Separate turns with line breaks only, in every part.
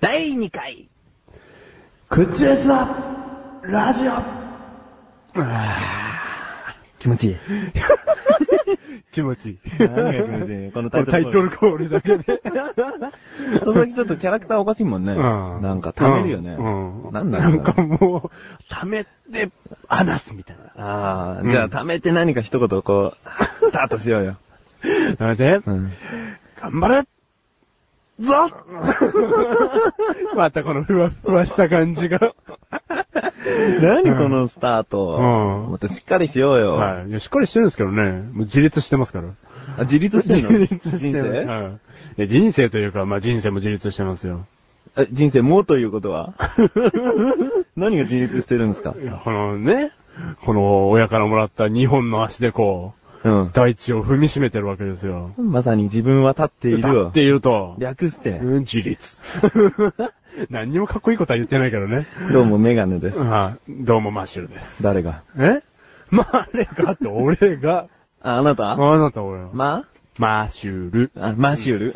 第2回。
クッチレスだラジオ
気持ちいい。
気持ちいい。
何が気持ちいいこのタイトルコール
コールだけで。
その時ちょっとキャラクターおかしいもんね。
うん
なんか溜めるよね。
うん。
なんだろう
なんかもう、溜めて、話すみたいな。
ああ、
うん
じゃあ溜めて何か一言こう、ス タートしようよ。
なので、
うん。
頑張れぞ またこのふわふわした感じが。
何このスタート。
うん
もっとしっかりしようよ。
はい。いや、しっかりしてるんですけどね。もう自立してますから。
あ自立してんの
自立し
人
てます
生
はいいや人生というか、まあ人生も自立してますよ。
え人生もということは 何が自立してるんですか
いやこのね、この親からもらった2本の足で
う
こう、
ん。
大地を踏みしめてるわけですよ。
まさに自分は立っている
だ
を
って言うと、
略して、
うん、自立。 何にもかっこいいことは言ってないけどね。
どうもメガネです。
はい。どうも、マッシュルです。
誰が
えまあ、あれがって、俺が、
あ、あなた
あなた俺は。
ま
マッシュル。
あ、マシュル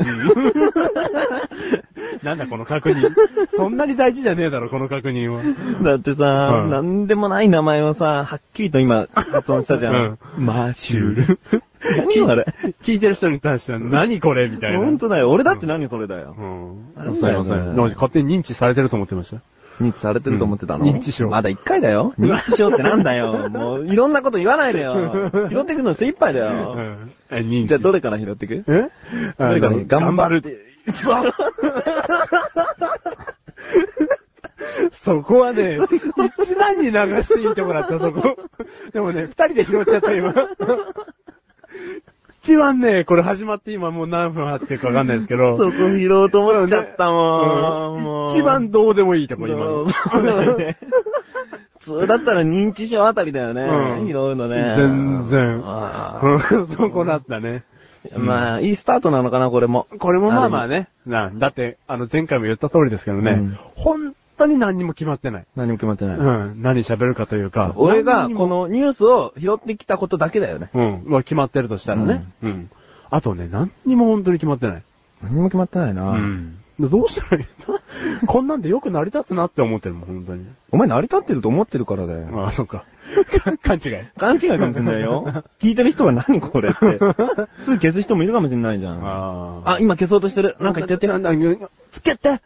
なんだこの確 認。そんなに大事じゃねえだろ、この確認は。
だってさ、
うん
なんでもない名前をさ、はっきりと今発音したじゃん。マシュル。何よあれ。
聞いてる人に対しては、何これみたいな。
ほんとだよ。俺だって何それだよ。
うん。
ん
すいません。なんか勝手に認知されてると思ってました。
認知されてると思ってたの、
うん認知症
まだ一回だよ。認知症ってなんだよ。もう、いろんなこと言わないでよ。拾ってくの精一杯だよ。
ん。え、認知。
じゃあ、どれから拾ってく
え
どれから
あの頑張る。。 そこはね、一番に流していてもらった、そこ。でもね、二人で拾っちゃった、今。 一番ね、これ始まって今もう何分あってるかわかんないですけど。
そこ拾おうと思っちゃったもん。
うん
もう
一番どうでもいいとこ、今の。
そうだよね。普通だったら認知症あたりだよね。
うん
拾うのね。
全然
あ
うん そこだったね。
ーまあ、いいスタートなのかな、これも。
これもまあまあね。な、だって、あの、前回も言った通りですけどね、
うん
本当に何にも決まってない。
何も決まってな
う
い。
ん、何喋るかというか。
俺が、
何に
こ
も
のニュースを拾ってきたことだけだよね。
うん、は決まってるとしたらね。うん。あとね、何にも本当に決まってない。
何も決まってないな
うん。どうしたらい いのこんなんでよく成り立つなって思ってるもん、本当に。
お前成り立ってると思ってるからだよ。
ああ、そっか。勘違い。
勘違いかもしれない よ。聞いてる人が何これ って。すぐ消す人もいるかもしれないじゃん。
あ
あ、今消そうとしてる。なんか言ってやって。
なんだ、うん
つけて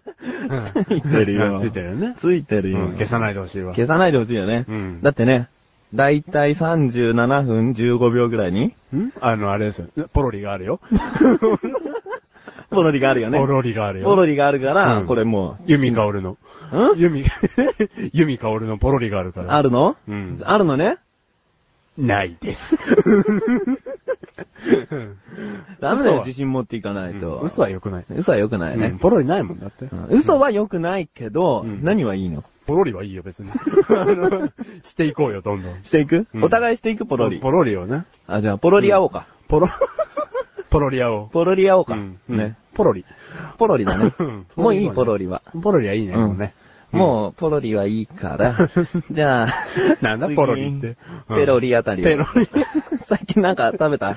ついてるよ。
ついてるよね。
ついてる
う
よ
ん、。消さないでほしいわ。
消さないでほしいよね
う。ん。
だってね、だいたい37分15秒ぐらいに、
んあの、あれですよ。ポロリが あるよ。
ポロリがあるよね。
ポロリがあるよ。
ポロリがあるから、
うん
これも
弓香るの。
う、ん
弓、弓香るのポロリがあるから。
あるの
うん
あるのね
ないです。
ダメだ
嘘
よ、
は
自信持っていかないと。
嘘は良くない。
嘘は良くない
うん
ね。
ポロリないもんだって。
うん嘘は良くないけど、
うん
何はいいの
ポロリはいいよ、別 に。あのしていこうよ、どんどん。
していく、
うん
お互いしていくポロリ
ポ。ロリをね。
あ、じゃあ、ポロリ会おうか。
ポロ、ポロリアを。
ポロリ会おうか。
うん
ね。。
ポロリ。
ポロリだね
うん。
もういい、ポロリは。
ポロリはいいね、
うん
もうね。、
もう、ポロリはいいから。じゃあ
なんだ
次
ポロリってうん
ペロリあたりを。
ペロリ
最近なんか食べた、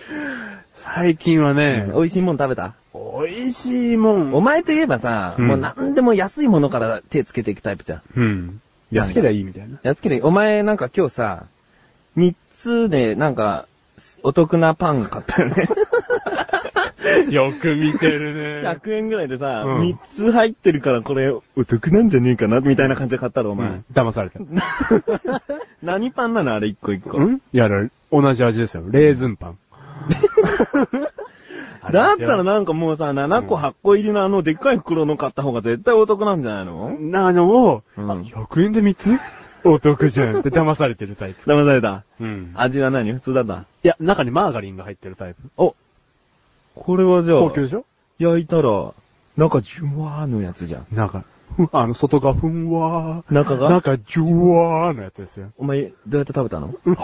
最近はね、
美味しいもん食べた
美味しいもん。
お前といえばさ、
うん
もう何でも安いものから手つけていくタイプじゃん。
うん。安けりゃいいみたい な。
安ければお前なんか今日さ、3つでなんか、お得なパン買ったよ ね。
よく見て るね。
100円ぐらいでさ、
うん
3つ入ってるからこれお得なんじゃねえかなみたいな感じで買ったろ、お
お
前。
前、騙された。
何パンなのあれ一個一個。
んいや、あれ同じ味ですよ。レーズンパ ン。
だったらなんかもうさ、7個8個入りのあのでっかい袋の買った方が絶対お得なんじゃないの
なのを、
うん
100円で3つお得じゃんって騙されてるタイプ。
騙された。
うん。
味は何普通だった。
いや、中にマーガリンが入ってるタイプ。
おこれはじゃ
高級で
あ、
しょ
焼いたら、中ジュワーのやつじゃん。
中。ふあの、外がふんわー。
中が
中、じゅわーのやつですよ。
お前、どうやって食べたの
うん。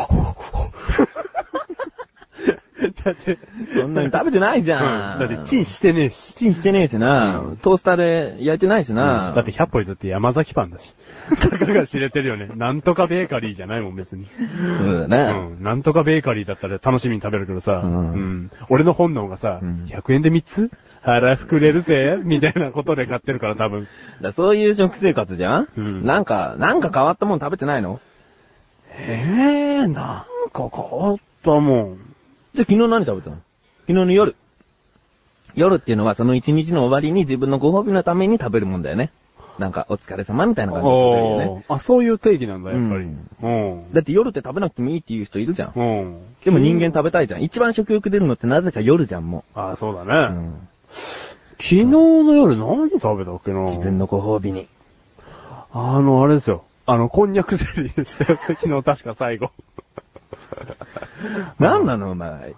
だって、
そんなに食べてないじゃん。
だってチンしてねえし。
チンしてねえしな。トースターで焼いてないしな。
だって100歩譲って山崎パン だし。たかが知れてるよね。なんとかベーカリーじゃないもん別に。
そうだね。
うん。なんとかベーカリーだったら楽しみに食べるけどさ、
うん
うん俺の本能がさ、
うん
100円で3つ腹膨れるぜみたいなことで買ってるから多分。
だからそういう食生活じゃん、
うん
なんか、なんか変わったもん食べてないの
えー、なんか変わったもん。
じゃあ昨日何食べたの昨日の夜。夜っていうのはその一日の終わりに自分のご褒美のために食べるもんだよね。なんかお疲れ様みたいな感じで食べるよね。
おーあ、そういう定義なんだ、やっぱり。
うん
うん。
だって夜って食べなくてもいいっていう人いるじゃん。
うん。
でも人間食べたいじゃん。一番食欲出るのってなぜか夜じゃん、も
あ、そうだ
う。う
ね、
ん、
昨日の夜何食べたっけな
自分のご褒美に。
あの、あれですよ。あの、こんにゃくゼリーでしたよ。昨日確か最後。
なんなの、お前。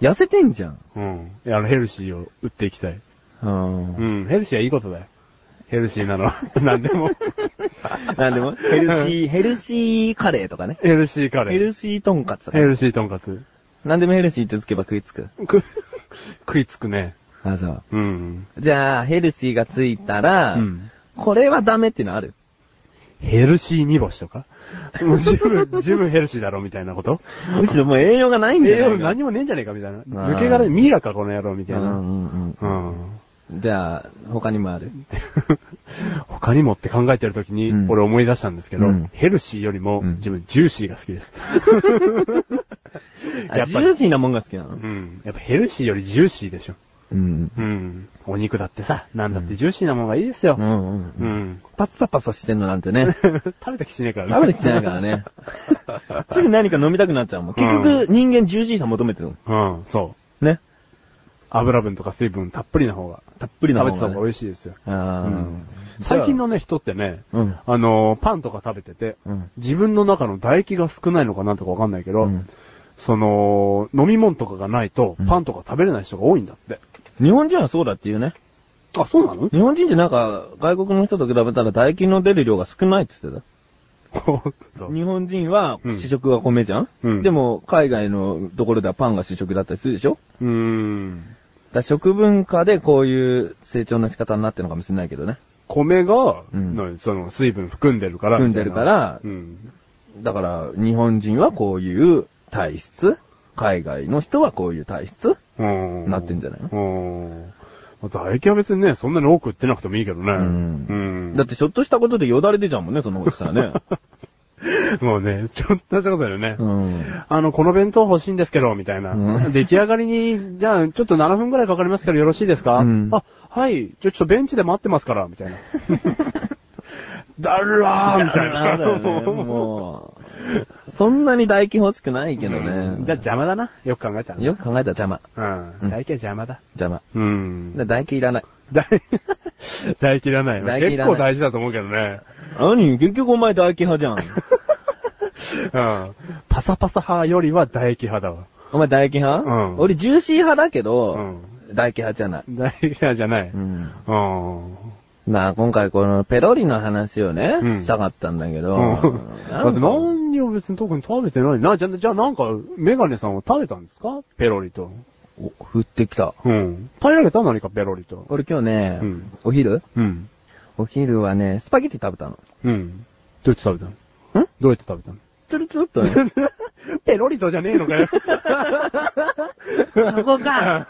痩せてんじゃん。
うん。いや、あの、ヘルシーを打っていきたい。
うん
う。ん。ヘルシーはいいことだよ。ヘルシーな のは。何でも。
なんでも、 ヘルシー、ヘルシーカレーとかね。
ヘルシーカレ
ヘ
ー。
ルシートンカツとか
ヘ。ルシーとんかつ。
なんでもヘルシーってつけば食いつく。
く、食いつくね。
あ、そう。
うん。
じゃあ、ヘルシーがついたら、
うん
これはダメっていうのある
ヘルシー煮干しとかもう十分、十分ヘルシーだろ、みたいなこと
むしろもう栄養がないんじゃ
栄
ない
養
か
何もねえんじゃねえか、みたいな。
あー
抜け殻でミイラか、この野郎、みたい
うん
な。
うん
う。
うんん。じゃあ、他にもある。
他にもって考えてる時に、
うん
俺思い出したんですけど、
うん
ヘルシーよりも、
うん
自分、ジューシーが好 きです。や
あ
っ
ジ
ぱ
ュ
り
ー、シーなもんが好きな
う
の
ん。やっぱヘルシーよりジューシーでしょ。
うん。
うん。お肉だってさ、なんだってジューシーなもんがいいですよ
う。んうん
う
うん。
ん。。
パッサパサしてんのなんてね
食べた気しねえから
食べてきてないから ね。すぐ何か飲みたくなっちゃうもん。結局、人間ジューシーさ求めてるもん。
うん、そう。
ね。
油分とか水分たっぷりな方が、
たっぷりな
食
も
べ
ん
てた
が
方が
ね。
美味しいですよ。
あ
うん
ー
最近のね、人ってね、
うん
あのー、パンとか食べてて、
うん
自分の中の唾液が少ないのかなんとかわかんないけど、
うん
その、飲み物とかがないと
う、ん
パンとか食べれない人が多いんだって。
日本人はそうだっていうね。
あ、そう なの
日本人ってなんか、外国の人と比べたら唾液の出る量が少ないって言ってた。日本人は
うん
主食が米じゃん、
うん
でも、海外のところではパンが主食だったりするでしょ
うーん。
だから食文化でこういう成長の仕方になってるのかもしれないけどね。
米が、
うん
のその、水分含んでるから。
含んでるから
みたいなうん。
だから、日本人はこういう体質海外の人はこういう体質
うん
なってんじゃないの
うん。まあ唾液は別にね、そんなに多く売ってなくてもいいけどね。
ん
うん
だってちょっとしたことでよだれ出ちゃうもんね、そんなことした らね。
もうね、ちょっとしたことだよね。
うん。
あの、この弁当欲しいんですけど、みたいな。
うん
出来上がりに、じゃあ、ちょっと7分くらいかかりますけど、よろしいですか、
うん
あ、はい。じゃあ、ちょっとベンチで待ってますから、みたいな。だらーみたいな。
だよね、もう。そんなに唾液欲しくないけど
うん
ね。
じゃあ、邪魔だな。よく考えたら。
よく考えたら邪魔。
うん。唾液は邪魔だ。
邪魔。
うん。
だ唾液いらない。
だ、唾液いらないよ。
唾液い
結
らない
構大事だと思うけどね。
何結局お前唾液派じゃん。
うん。パサパサ派よりは唾液派だわ。
お前唾液派
うん
俺ジューシー派だけど、
うん
唾液派じゃない。
唾液派じゃない。
ん。
うん。
まあ今回このペロリの話をね、
うん
したかったんだけど、
うん。だ
なん
って
か
何にも別に特に食べてない。な、じゃあ、じゃあなんか、メガネさんは食べたんですかペロリと。
お降ってきた。
うん。平らげた何かペロリと。
俺今日ね、
うん
お昼
うん。
お昼はね、スパゲティ食べたの。
うん。どうやって食べたの
ん
どうやって食べたの
ちょろちょろっとね。
ペロリとじゃねえのか よ。
そこ か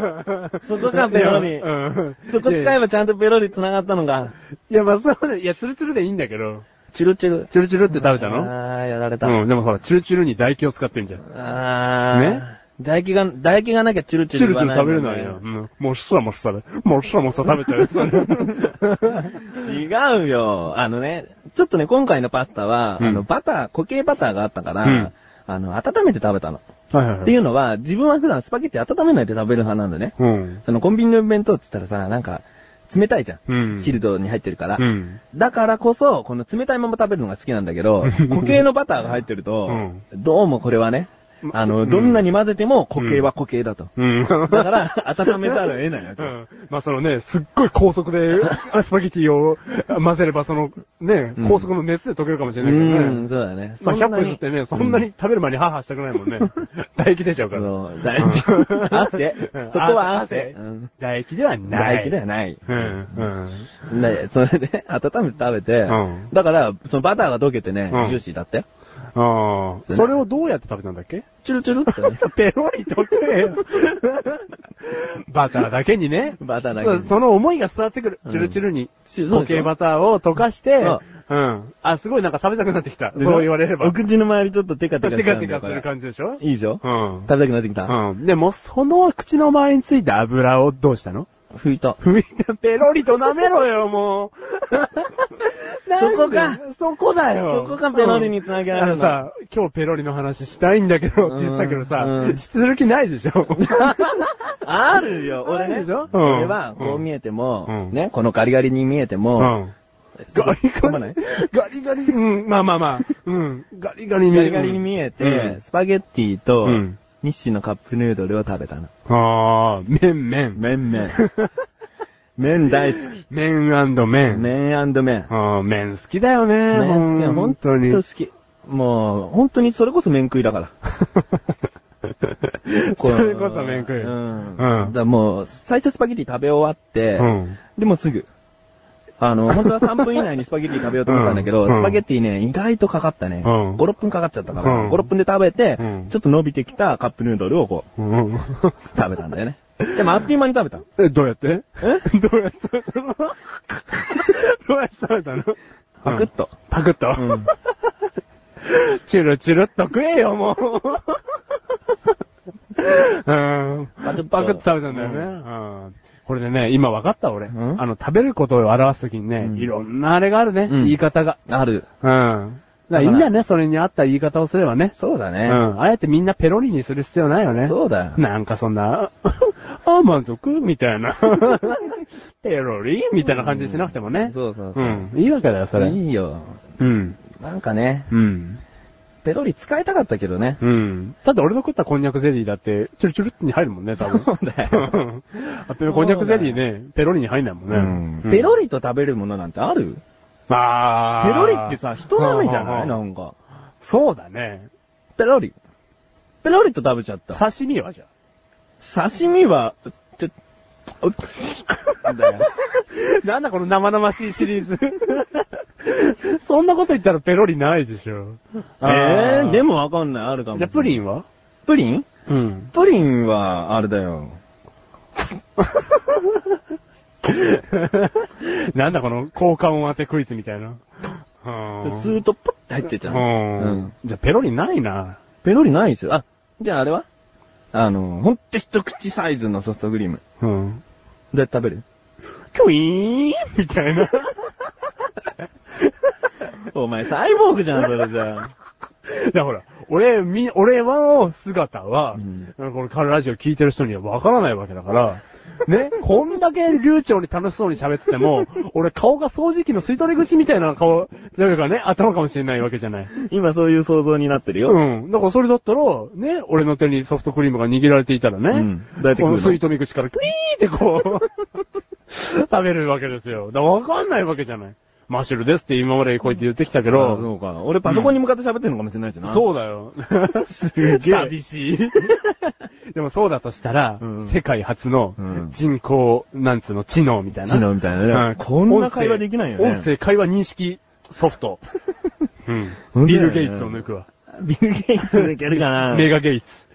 そこか、ペロ
い
リ
や。うん
そこ使えばちゃんとペロリ繋がったのが、
いや、まあそうね。いや、ツルツルでいいんだけど。
チュルチュル。
チュルチュルって食べたの
あー、やられた。
うん、でもほら、チュルチュルに唾液を使ってんじゃん。
あー。
ね
唾液が、唾液がなきゃチュルチ
チ
ュ
ュ
ル
ルチ
言
ュ
わい
ル食べ
も
れ
んね
ないよ。うん。もっさもっさで。もっさもっさ食べちゃうよ それ。
違うよ。あのね、ちょっとね、今回のパスタは、
うん
あの、バター、固形バターがあったから、
うん
あの、温めて食べたの。
はいはいは
っ
い。
ていうのは、自分は普段スパゲッティ温めないで食べる派なんだね。
うん。
そのコンビニの弁当って言ったらさ、なんか、冷たいじゃん。
うん。
チルドに入ってるから。
うん。
だからこそ、 この冷たいまま食べるのが好きなんだけど、固形のバターが入ってると、
う
どうもこれはね、あの、どんなに混ぜても固形は固形だと。
うん。
だから、温めざるを得ないわけ
う。んまあそのね、すっごい高速で スパゲティを混ぜれば、そのね
うん、
高速の熱で溶けるかもしれ
う
ないけど
ん、
ね。
そうだね。
ま
そ
あ
んな
100
に
分ずってね、そんなに食べる前にハーハーしたくないも んね。唾液出ちゃうか
そ
ら。
う、大事。汗
うん。
そこは汗
汗。
うん
唾液ではない。
唾液ではない。
うん、うん。
で、それで、温めて食べて
うん、
だから、そのバターが溶けてね
うん、
ジューシーだったよ。
ああ。それをどうやって食べたんだっけ
チュルチュルってね。
ペロリとけよ。バターだけにね。
バターだけ
そ
に
う。その思いが伝わってくる。
うん
チュルチュルに、
そうでしょ
固形バターを溶かして、
うん
うん。あ、すごいなんか食べたくなってきた。そう言われれば。
お口の周りちょっとテカテカ
テ
しちゃ
カ
うんだ
テ
よ
カする感じでしょ
これいいでしょ
うん。
食べたくなってきた
うん。でも、その口の周りについた油をどうしたの
拭いた。
ふいたペロリと舐めろよ、もう。
そこか
なんでそこだよ。
そこがペロリにつなげられるの
うんあのさ、今日ペロリの話したいんだけど、って言ってたけど
う
さ、
ん
する気ないでしょ。
あるよ、俺
ある
ね。
でしょうん
俺は、こう見えて
うん
も、ね、このガリガリに見えて
う
も、
ん。
すご
ガ
い
リガ
思わな
リ
い。
ガリガリ。うん、まあまあまあ。うん。ガリガリに見
ガ
え
リ
る。
ガリに見え
う
て、
ん
スパゲッティと
うん、
日清のカップヌードルを食べたの。
ああ、麺麺。
麺麺。 麺大好き。
麺麺。
麺麺。
ああ、麺好きだよね。
麺好き。本当に好
本
き。もう、本当にそれこそ麺食いだから。
当に それこそ麺食い。
うん。
う
だ
ん
からもう、最初スパゲティ食べ終わって、
うん。
でもすぐ。あ の、本当は3分以内にスパゲティ食べようと思ったんだけど、
うんうん
スパゲティね、意外とかかったね。
う
5、
ん
6分かかっちゃったから、
うん
5、6分で食べて、
うん
ちょっと伸びてきたカップヌードルをこう、
うん。
食べたんだよね。でもあっという間に食べた。
え、どうやってえどうやって食べたのどうやって食べたの
パクッと。
パクッと。
うん。
チュルチュルっと食えよ、も う。うん。
パクッと
パクッと食べたんだよね。うんこれでね、今分かった、俺。
うん
あの、食べることを表すときにね
う、ん
いろんなあれがあるね、
うん
言い方が。
ある。
うん。だからいいんだよね、それに合った言い方をすればね。
そうだ
う
ね。
ん。あえてみんなペロリにする必要ないよね。
そうだよ。
なんかそんな、 あ、満足みたいな。 ペロリみたいな感じしなくてもね。
そうそう
う
そう。
ん。いいわけだよ、それ。
いいよ。
うん。
なんかね、
うん。
ペロリ使いたかったけどね。
うん。だって俺の食ったこんにゃくゼリーだって、チュルチュルってに入るもんね、多分。
そうだよ。
あとこんにゃくゼリーね、ペロリに入んないもんね。うん
ペロリと食べるものなんてある
あ
ペ
ー
ロリってさ、人舐めじゃな
う
い
ん
なんか。
そうだね。
ペロリ。ペロリと食べちゃった。
刺身はじゃあ。
刺身は、ちょ、おっ、 だよ。
なんだこの生々しいシリーズ。 そんなこと言ったらペロリないでしょ。
ええで
も。
もわかんない、あるかもし
じ
れな
ゃあ
い。
プリンは
プリン
うん。
プリンは、あれだよ。
なんだこの交換音当てクイズみたいな。うん
スーッとポッて入ってっちゃう。
う
うん
ん。じゃあペロリないな。
ペロリないですよ。あ、じゃああれはあの、ほんと一口サイズのソフトクリーム。
うん。
で食べる
キュイーンみ たいな。
お前サイボーグじゃん、それじゃあ。
いやほら、俺、み、俺の姿は、
うん
このカルラジオ聞いてる人にはわからないわけだから、ね、 こんだけ流暢に楽しそうに喋ってても、俺顔が掃除機の吸い取り口みたいな顔、だからね、頭かもしれないわけじゃない。
今そういう想像になってるよ。
うん。だからそれだったら、ね、俺の手にソフトクリームが握られていたらね、
うんどうやって食う
こ
の
の吸い止み口からクイーンってこう、 食べるわけですよ。だからわかんないわけじゃない。マッシュルですって今までこうやって言ってきたけ
あ
ど、
そうか。俺パソコンに向かって喋ってるのかもしれないしな。
そう だよ。す
げえ
寂しい。 でもそうだとしたら、
うん
世界初の
うん
人工、なんつうの、知能みたいな。
知能みたいなね
うん
こんな会話できないよね
音声会話認識ソフ ト。うん。
本当
ビ
だよ
ル・
ね
ゲイツを抜くわ。
ビル・ゲイツ抜けるか な
メガゲイツ。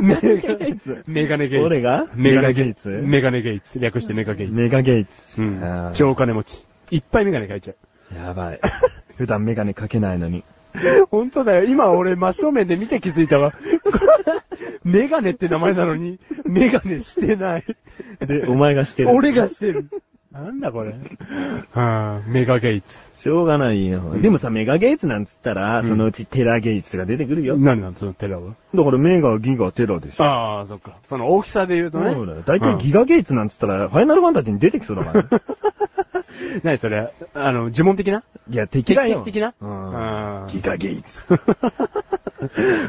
メガ
ゲイツ
メガネゲイツ。
俺が
メ
メ
ガネ
ガゲ
ゲ
イ
イ
ツ
ツ。メガネゲイツ。略してメガゲイツ。
メガゲイツ。
うん
あ。ー
超お金持ち。いっぱいメガネかいちゃう。
やばい。 普段メガネかけないのに。
本当だよ。今俺真正面で見て気づいたわ。 メガネって名前なのに、メガネしてない。
で、お前がしてる。
俺がしてる。 なんだこれ。あメガゲイツ。
しょうがないよ。でもさ、メガゲイツなんつったら、
ん
そのうちテラゲイツが出てくるよ。
何なんそのテラは。
だからメガ、ギガ、テラでしょ。
ああ、そっか。その大きさで言うとね。
そうだよ。大体ギガゲイツなんつったら、ファイナルファンタジーに出てきそうだからね。
うん。何それあの、呪文的 ない
や、敵だよ。
敵的な
うん。
うん
ギガゲイツ。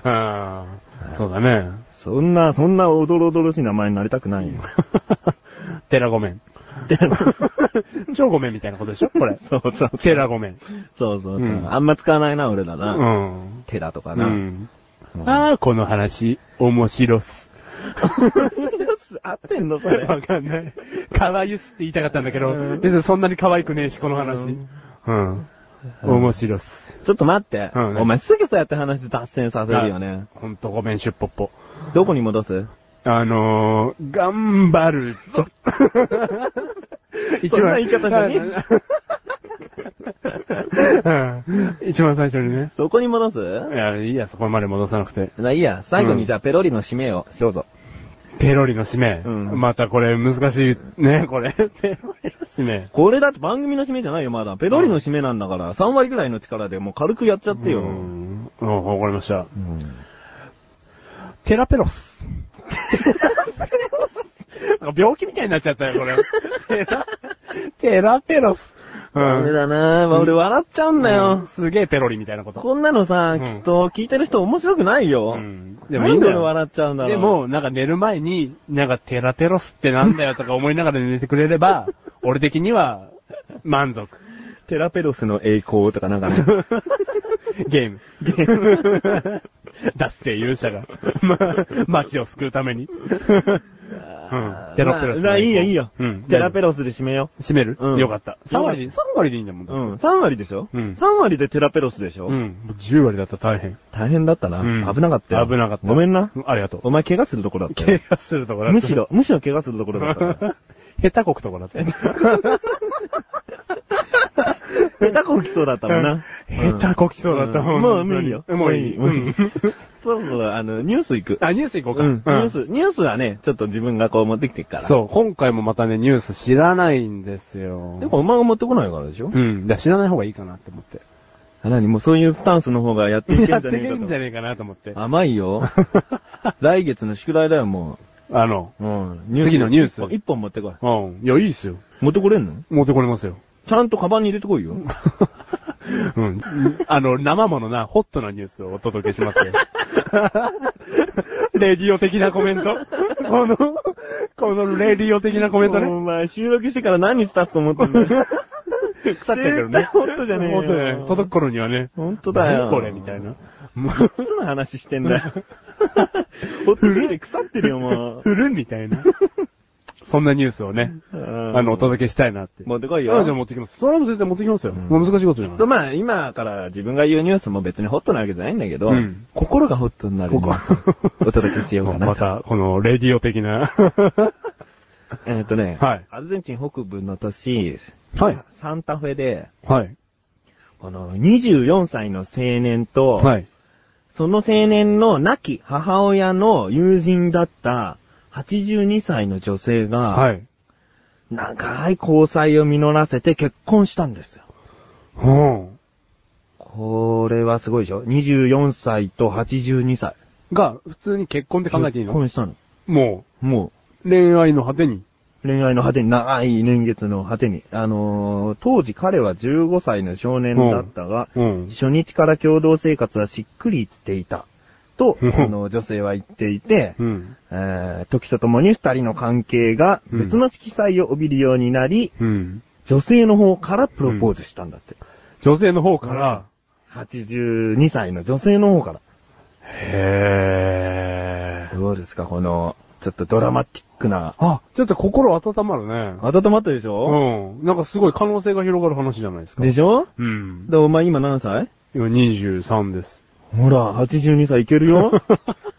ああ。そうだね。
そんな、そんなおどろおどろしい名前になりたくないよ。
テラごめん。 超ごめんみたいなことでしょこれ。
そうそうそう。
テラごめん。
そうそうそう、
うん
あんま使わないな、俺ら
う
な。
ん。
手だとか
う
な。
ん。ああ、この話、面白っす。
合ってんのそれ。
わかんない。可愛いっすって言いたかったんだけど、別にそんなに可愛くねえし、この話。うん。面白っす。
ちょっと待って、
うん
お前すぐそうやって話脱線させるよね。
ほんとごめん、しゅっぽっぽ。
どこに戻す
あのー、頑張るぞ。
そんな言い方じゃね
え一番最初にね。
そこに戻す
いや、いいや、そこまで戻さなくて。
いいや、最後にじゃあペロリの締めをしようぞ。
ペロリの使命。
うん
またこれ難しいね、これ。 ペロリの使命。
これだって番組の締めじゃないよ、まだ。ペロリの締めなんだから、3割ぐらいの力でもう軽くやっちゃってよ。
うん。うんわかりました。
うん
テラペロス。 なんか病気みたいになっちゃったよ、これ。テラ、 テラペロス。う
ダメ
ん。
だなぁ。俺笑っちゃうんだ
うん
よ。
すげえペロリみたいなこと。
こんなのさ、
ん
きっと聞いてる人面白くないよ。
うん
で
で
も
も
い
い
い
い
ん
ん
だ
だ
よ。
よ
笑っちゃうんだろう。
で、も、なんか寝る前に、なんかテラテロスってなんだよとか思いながら寝てくれ れば、俺的には、満足。
テラペロスの栄光とかなんか ね。
ゲーム。ゲー ム。脱世勇者が、ま、街を救うために。うん。テラペロスの栄光。
まあいいよいいよ。
うん。
テラペロスで締めよ
閉める
うん
よかった。3割で、3割でいいんだもん
う。
だ。
うん。3割でしょ
うん
3割でテラペロスでしょ
うん。もう10割だったら大変。
大変だったな。
うん
危なかったよ。
危なかった
ごめんな
う。んありがとう。
お前怪我するとこだったよ
怪。我するとこだった
むし。ろ、むしろ怪我するところだったか
下手こくとこだった。
ら。 下手こきそうだったもんな。
うん下手こきそうだったもん。
うんもういいよ
もういい。
も
う
ういい
ん。
そろそろ、あの、ニュース行く。
あ、ニュース行こうか。
うん。ニュース、ニュースはね、ちょっと自分がこう持ってきてっから。
そう、今回もまたね、ニュース知らないんですよ。
でも、お前が持ってこないからでしょ
うん。だから知らない方がいいかなって思って。
あ、なに、もうそういうスタンスの方がやっていけんじ
や
ゃ
って
ねえ
け
か
んじゃねえかなと思って
と。。甘いよ。 来月の宿題だよ、も
あの、
う。うん。
次のニュース
一本一本持ってこい。
うん。いや、いいっすよ。
持ってこれんの
持ってこれますよ。
ちゃんとカバンに入れてこいよ。
うん。あの、生ものな、ホットなニュースをお届けします よ。レディオ的なコメント。この、このレディオ的なコメント
お
ね。
前、収録してから何日経つと思ってんだよ。
腐っちゃうけど
絶対
ね。
ホットじゃねえよ
本当だよ届く頃にはね。
ほんとだよ。
何これみたいな。も、
いうつの話してんだ よ。ほっとすぎて腐ってるよ、もう。
振るみたいな。そんなニュースをね、あ
あ
の、お、届けしたいなって。
持ってこい
あじゃあ
よ。
持ってきます。それも全然持ってきますよ。もう難しいことじゃない。
とまあ、今から自分が言うニュースも別にホットなわけじゃないんだけど、
うん
心がホットになるニュ ースを お届けしようかな
ま
と。
た、この、レディオ的な。
えっとね、
はい
アルゼンチン北部の都市、
はい。
サンタフェで、
はい。
あの、24歳の青年と、
はい。
その青年の亡き母親の友人だった82歳の女性が、
はい。
長い交際を実らせて結婚したんですよ。
うん。
これはすごいでしょ ?24 歳と82歳。
が、普通に結婚って考えていい
結
の
婚したの。
も
も
う、恋愛の果てに。
う、恋愛の果てに、長い年月の果てに。あのー当時彼は15歳の少年だったが、
うん。
初日から共同生活はしっくりいっていた。 と、
うん
その女性は言っていて、
うん。
えー時とともに二人の関係が別の色彩を帯びるようになり、
うん。
女性の方からプロポーズしたんだって。
女性の方から、
82歳の女性の方から。
へー。
どうですか、この、ちょっとドラマティックな。
あ、ちょっと心温まるね。
温まったでしょ、
うん。なんかすごい可能性が広がる話じゃないですか。
でしょ
うん。
で、お前今何歳
今23です。
ほら、82歳いけるよ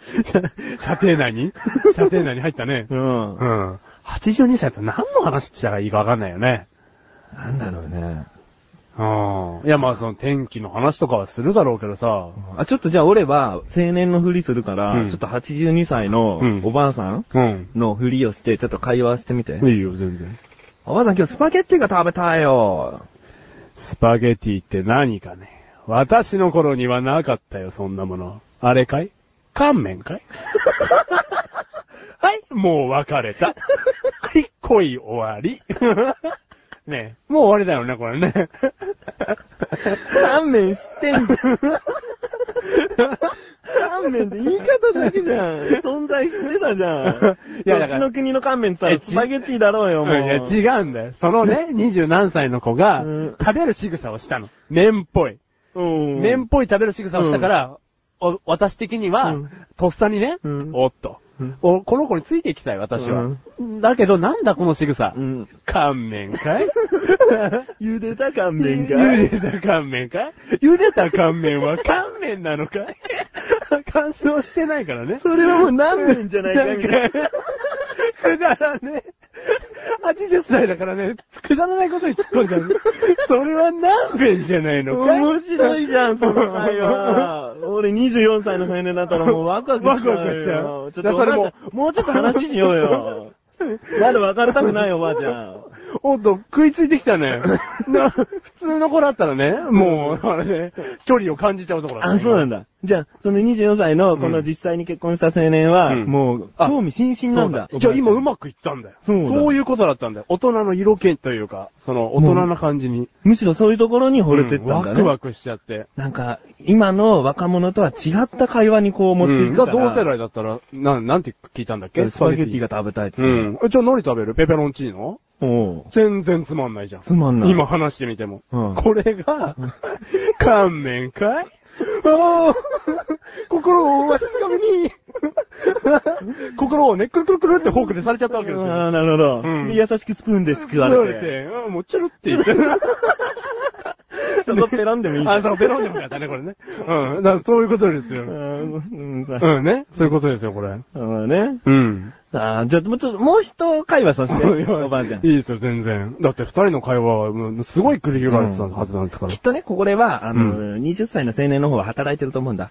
射程内に 射程内に入ったね。
うん
う。ん。82歳って何の話したらいいかわかんないよね。
なんだろうね。
うん。いや、まあその天気の話とかはするだろうけどさ。
あ、ちょっとじゃあ俺は青年のふりするから、
うん
ちょっと82歳の
うん
おばあさん
うん。
のふりをして、ちょっと会話してみて。
いいよ、全然。
おばあさん今日スパゲッティが食べたいよ。
スパゲティって何かね。私の頃にはなかったよ、そんなもの。あれかい乾麺 かいはい、もう別れた。はい、恋終わり。 ねえ、もう終わりだよね、これね。
乾麺知ってんじゃん。乾乾麺って言い方だけじゃん。存在してたじゃん。
いや
そ
だ
っ
か
ち
ら
の国の乾麺って言
え
った
ち
らスパゲッティだろうよ、もう。
いや、違うんだよ。そのね、二十何歳の子が
うん、
食べる仕草をしたの。麺っぽい。
うん。
麺っぽい食べる仕草をしたから、お私的には、
うん
とっさにね、
うん
おっと、
うん
お。この子についていきたい、私は。だけど、なんだこの仕草。
うん。
乾麺かい
茹でた乾 麺かい
茹でた乾麺かい茹でた乾麺 は乾麺なのかい乾燥してないからね。
それはもう何麺じゃないか、みたいな。
くだらねえ。80歳だからね、くだらないことに突っ込んじゃう。それは何遍じゃないのかい
面白いじゃん、その会話。俺24歳の青年だったらもうワクワクしちゃうよ。
ワクワクしちゃう
ちょっとおばあちゃん
だからそれ
もうちょっと話しよう よ。まだ別れたくないよ、おばあちゃん。
おっと、食いついてき たね。な、普通の子だったらね、もう、あれね、距離を感じちゃうところだ
あ、そうなん
だ。
だ。じゃあ、その24歳のこの実際に結婚した青年は、
うん
もう、
あ
興味津々な
そうん
だ
だ。。じゃあ今う
ま、
まくいったんだよ。
そうだ
いうことだったんだよ。大人の色気というか、その、大人な感じに。
むしろそういうところに惚れてったんだね。
うんワクワクしちゃって。
なんか、今の若者とは違った会話にこう持っていく
が
から。
同世代だったら、なん、なんて聞いたんだっけ
スパゲッティが食べたいっつって。
うん。えじゃあ何食べるペペロンチーノ
おう
全然つまんないじゃん。
つまんない。
今。話してみても。
うん
これが、乾麺かいああ心をわしづ かみに心をね、くるくるくるってフォークでされちゃったわけです
あ
よ。
あ、なるほど、
うん
で、優しくスプーンですくわ
言われ
れて。
て、うんもうチュルって言っ ちゃう。
そこペロンでもいい。
あ、そう、ベロンでもよかったね、これね。うん。だからそういうことです
う
よ。
んうん、さ
うんね。そういうことですよ、これ。
あまあね。
うん。
さあ、じゃあ、もうちょっと、もう一会話させて、おばあちゃん。
いいですよ、全然。だって二人の会話は、もうすごい繰り広げられてたはずなんですから
きっ。とね、ここでは、あの、
う
20歳の青年の方は働いてると思うんだ。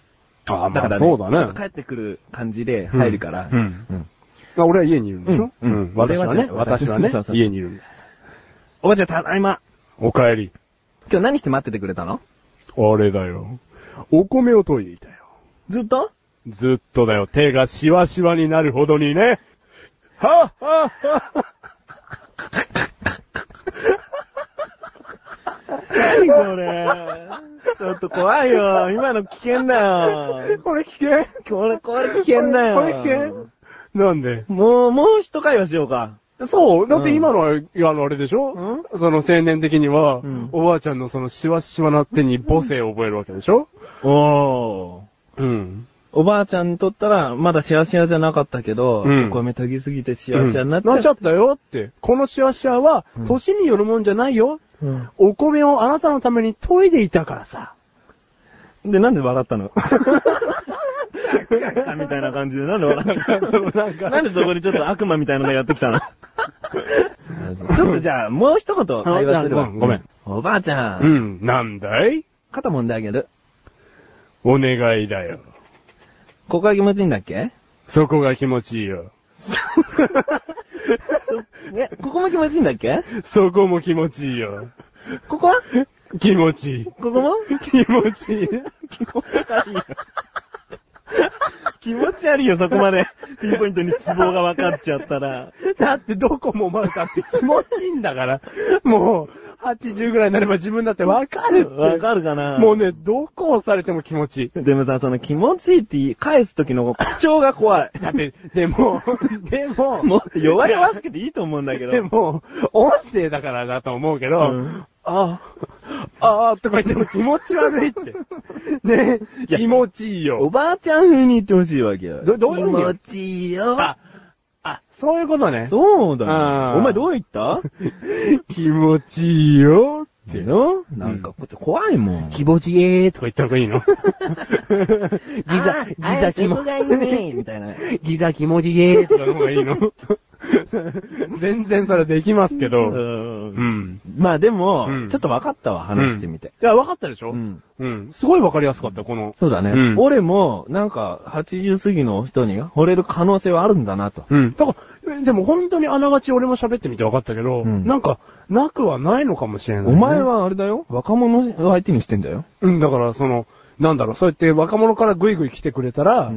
あ
だ
あ、ま
から
あ、
ね、
そうだ
ちょっと
ね。
帰ってくる感じで入るから。
うん
うん
あ俺は家にいるんでしょ
うんうん
私はね、
私
私
は
は
ね
ね
そうそ、う
家にいるんです。
おばあちゃん、ただいま。
お帰り。
今日何して待っててくれたの
あれだよ。お米を研いでいたよ。
ずっと
ずっとだよ、手がシワシワになるほどにね。はっはっは
何こ れ。ちょっと怖いよ。今の危険だよ。
これ危険
これ、これ危険だよ。
これ危険なんで
もう、もう一会話しようか。
そう、だって今のは、あの、あれでしょその青年的には、
うん
おばあちゃんのそのシワシワな手に母性を覚えるわけでしょ
おー。
うん。
おばあちゃんにとったら、まだシワシワじゃなかったけど、
うん
お米研ぎすぎてシワシワになっちゃ
うんなっちゃ
っ
ったよって。このシワシワは
うん、
年によるもんじゃないよ。
た。
お米をあなたのために研いでいたからさ。
で、なんで笑ったのみたいな感じで、なんで笑った
なん
のなんでそこにちょっと悪魔みたいなのがやってきたのちょっとじゃあ、もう一言会話するわ。
あごめんごめん。
おばあちゃ、
うんん、なんだい
肩揉んであげる。
お願いだよ。
ここが気持ちいいんだっけ
そこが気持ちいいよ。
ね、ここも気持ちいいんだっけ
そこも気持ちいいよ。
ここは
気持ちいい。
ここも
気持ちいい。
気持ち悪いよ。気持ち悪いよ、そこまで。ピンポイントにツボが分かっちゃった ら。
だってどこもまだって気持ちいいんだから。もう、80ぐらいになれば自分だってわかるって。
わかるかな
もうね、どこをされても気持ちい い。
でもさ、その気持ちいいって言い返す時の口調が怖 い。
だって、でも、でも、
もっと弱々しくていいと思うんだけど。
でも、音声だからだと思うけど、
うん
ああ、ああ、とか言っても気持ち悪いって。ね
いや
気持ちいい
お
よ。
ばあちゃん風に言ってほしいわけよ。
どどういう
気
風に
持ちいいよ。
あ、あ、そういうことね。
そうだ
あ
よ。
ー
お前どう言ったっ
気持ちいいよってて。
のなんか、こっち怖いもん。
気持ちいいとか言った方がいいのギザ、ギザ気持ち、
いいね、みたいな。
ギザ気持ちいいとかの方がいいの 全然それできますけど。
うん
ん。
まあでも
う、ん
ちょっと分かったわ、話してみて。
いや、わかったでしょ
うん。
うん。すごいわかりやすかった、この。
そうだね
うん。
俺も、なんか、80過ぎの人に惚れる可能性はあるんだなと。
うん。だから、えでも本当にあながち俺も喋ってみて分かったけど、
うん
なんか、なくはないのかもしれない、
お前はあれだよ若者を相手にしてんだよ。
うん、だからその、なんだろう、そうやって若者からぐいぐい来てくれたら、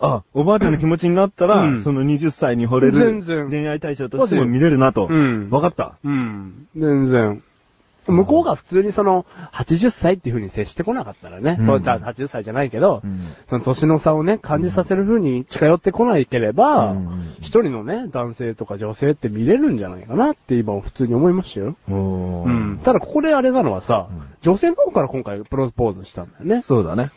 あ、おばあちゃんの気持ちになったら、
うん
その20歳に惚れ
全
る
然
恋愛対象としても見れるなと。
うん
わかった。
うん、全然。向こうが普通にその、80歳っていう風に接してこなかったらね、
うん
そうじゃあ80歳じゃないけど、
うん
その年の差をね、感じさせる風に近寄ってこないければ
うん、
一、人のね、男性とか女性って見れるんじゃないかなって今普通に思いましたよ。
お
う
ー
ん。ただここであれなのはさ、
うん
女性の方から今回プロポーズしたんだよね。
そうだね。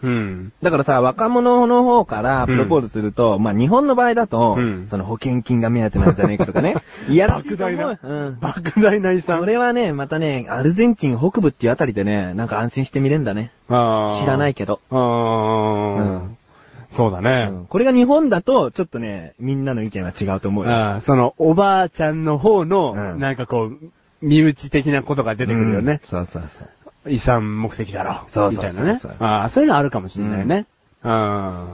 うん。
だからさ、若者の方からプロポーズすると、まあ日本の場合だと、
うん
その保険金が目当てなんじゃねえかとか ね。いやらしいと思う。
莫大
うん。
莫大な遺産。
それはね、またね、アルゼンチン北部っていうあたりでね、なんか安心して見れんだね。
あー
知らない。けど。
あー
うん
そうだね。
うんこれが日本だと、ちょっとね、みんなの意見は違うと思うよ。
ああ、その、おばあちゃんの方の、
うん
なんかこう、身内的なことが出てくるよね
う。んそうそうそう。
遺産目的だろ。
そうそうそう
みたいなね
そうそう。そう
ああ、そういうのあるかもしれないね。あ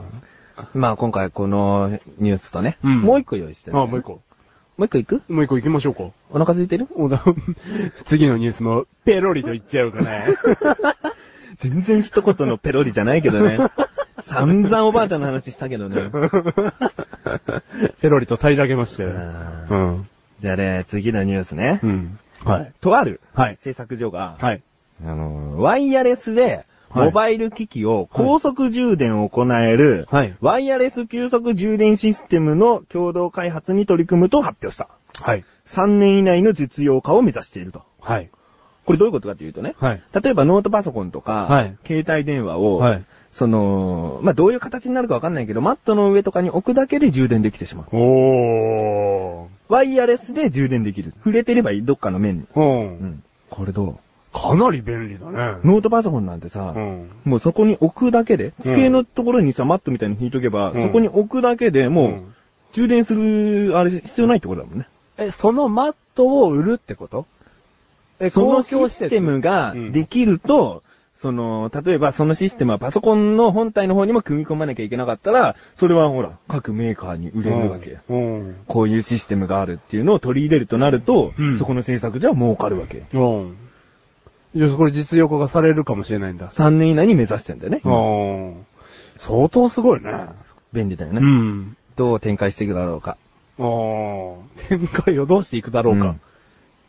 まあ今回このニュースとね、
うん
もう一個用意して
あ、
る、
ああ、もう一。個。
もう一個いく
もう一個行きましょうか。
お腹空いてる
おだ 次のニュースも、ペロリと言っちゃうか ね。
全然一言のペロリじゃないけどね。散々おばあちゃんの話したけどね。
ペロリと平らげましたよ。
あ
う
ー
ん。
じゃあね、次のニュースね。
うん。はい。
とある
はい
製作所が、
はい。
あのー、ワイヤレスで、
はい
モバイル機器を高速充電を行える、
はい
ワイヤレス急速充電システムの共同開発に取り組むと発表した。
はい。
3年以内の実用化を目指していると。
はい。
これどういうことかというとね、
はい。
例えばノートパソコンとか、
はい
携帯電話を、
はい
その、まあ、どういう形になるかわかんないけど、マットの上とかに置くだけで充電できてしまう。
おー。
ワイヤレスで充電できる。触れてればいい、どっかの面に。
う。
うんん。これど
かなり便利だね
う。ノートパソコンなんてさ、
うん。
もうそこに置くだけで、机のところにさ、マットみたいに引いとけば、
うん
そこに置くだけでもう、
うん
充電する、あれ、必要ないってことだもんね。
え、そのマットを売るってことえ、
その
公
シ
共
ステムができると、その、例えばそのシステムはパソコンの本体の方にも組み込まなきゃいけなかったら、それはほら、各メーカーに売れるわけ。
うん。
こういうシステムがあるっていうのを取り入れるとなると、
うん
そこの制作じゃ儲かるわけ。
うん。じゃあ、これ実用化がされるかもしれないんだ。
3年以内に目指してんだよね。
うん。相当すごいね。
便利だよね、
うん。
どう展開していくだろうか。
うん。展開をどうしていくだろうか。
うん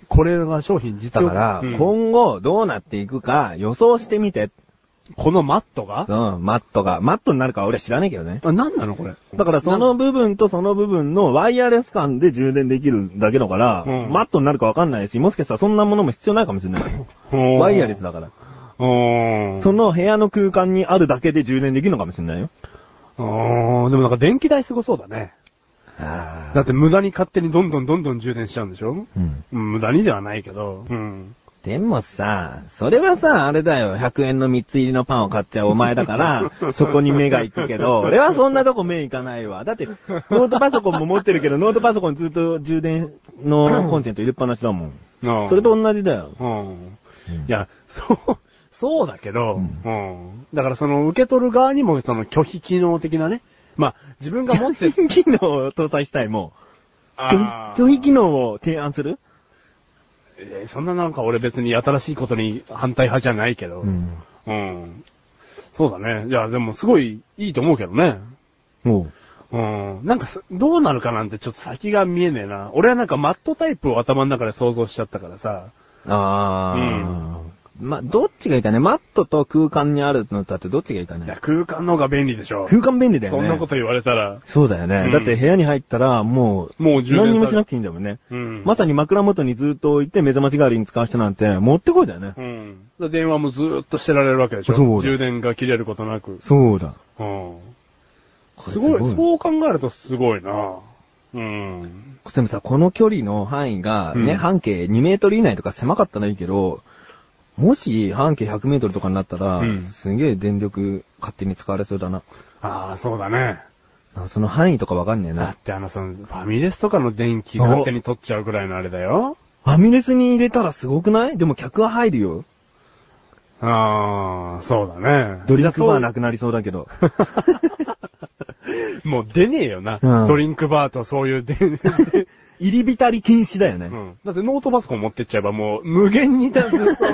これが商品
だ
実用
か
化。
ら、
うん
今後どうなっていくか予想してみて。
このマットが
うん、マットが。マットになるかは俺は知らないけどね。
あ、なんなのこれ。
だからその部分とその部分のワイヤレス間で充電できるだけだから、
うん
マットになるかわかんないし、もしかしたらそんなものも必要ないかもしれない。ワイヤレス
だ。
だから。
うん。
その部屋の空間にあるだけで充電できるのかもしれないよ。
うん。でもなんか電気代すごそうだね。
あ
だって無駄に勝手にどんどんどんどん充電しちゃうんでしょ
うん。
うん無駄にではないけど。うん。
でもさ、それはさ、あれだよ。100円の3つ入りのパンを買っちゃうお前だ から、そこに目が行くけど、俺はそんなとこ目行かないわ。だって、ノートパソコンも持ってるけど、ノートパソコンずっと充電のコンセント入れっぱなしだもん。
うん
それと同じだよ。
うん。
うん
いや、そう、そうだけど、
う
うん。だからその受け取る側にもその拒否機能的なね。まあ、自分が持って、
機能を搭載したい、もう。
あ ー
拒否機能を提案する
えーそんななんか俺別に新しいことに反対派じゃないけど。うん。
ん。
そうだね。いや、でもすごいいいと思うけどね。
もう。
うん。なんかそどうなるかなんてちょっと先が見えねえな。俺はなんかマットタイプを頭の中で想像しちゃったからさ。
あー。ま、どっちがいいかね。マットと空間にあるのだってどっちがいいか
いや、
ね。
空間の方が便利でしょ。
空間便利だよね。
そんなこと言われたら。
そうだよね。
うん
だって部屋に入ったら、もう、
もう充電され
何にもしなくていいんだもんね。
うん。
まさに枕元にずっと置いて目覚まし代わりに使う人なんて、もってこいだよね。
うん。だから電話もずーっとしてられるわけでしょ。
そうだ
充電が切れることなく。
そうだ。
うん。
これ
すごい、
ね
そう考えるとすごいなうん。
でもさ、この距離の範囲がね、
うん
半径2メートル以内とか狭かったらいいけど、もし半径100メートルとかになったら、
うん
すげえ電力勝手に使われそうだな。
ああ、そうだね。
なんかその範囲とかわかんねえ
だっ
な。
てあの、その、ファミレスとかの電気勝手に取っちゃうぐらいのあれだよ。
ファミレスに入れたらすごくないでも客は入るよ。
ああ、そうだね。
ドリンクバーな
く。
くなりそうだけ ど。
もう出ねえよな。
うん
ドリンクバーとそういう 電、
入り浸り禁止だよね。
うん。だってノートパソコン持ってっちゃえばもう無限にだ、ずっと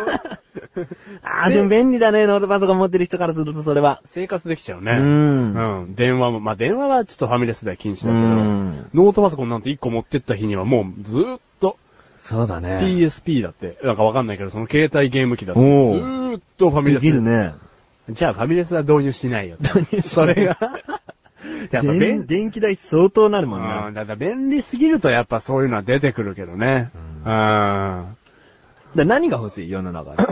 ああ、でも便利だね、ノートパソコン持ってる人からするとそれは。
生活できちゃうね。
うん
うん。電話も、まあ、電話はちょっとファミレスでは禁止だけど、
うん
ノートパソコンなんて1個持ってった日にはもうずーっと、
そうだね。
PSP だって、なんかわかんないけど、その携帯ゲーム機だって、ず
おー
ーっとファミレ
で
ス
きるね。
じゃあファミレスは導入しないよ。
導入し
そ
ない
れが。やっぱ
電
便利。
電気代相当なるもん
う
な。
ん、だから便利すぎるとやっぱそういうのは出てくるけどね。
う
うん。
で何が欲しい世の中で。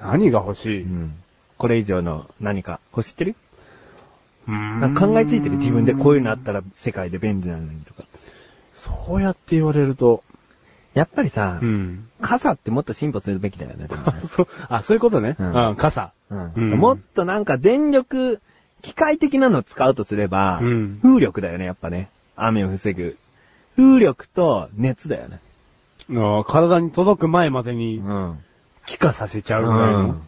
何が欲し
う
い、
んこれ以上の何か。欲しってる
うー
なん
ん
か考えついてる自分でこういうのあったら世界で便利なのにとか。
そうやって言われると。
やっぱりさ
う、ん。
傘ってもっと進歩するべきだよね。でもね
そう、あ、そういうことね。
う
うんん、傘。
うんもっとなんか電力、機械的なのを使うとすれば、
うん
風力だよね、やっぱね。雨を防ぐ。風力と熱だよね。
あ体に届く前までに
ん。
気化させちゃ
う
うぐらいの。
ん。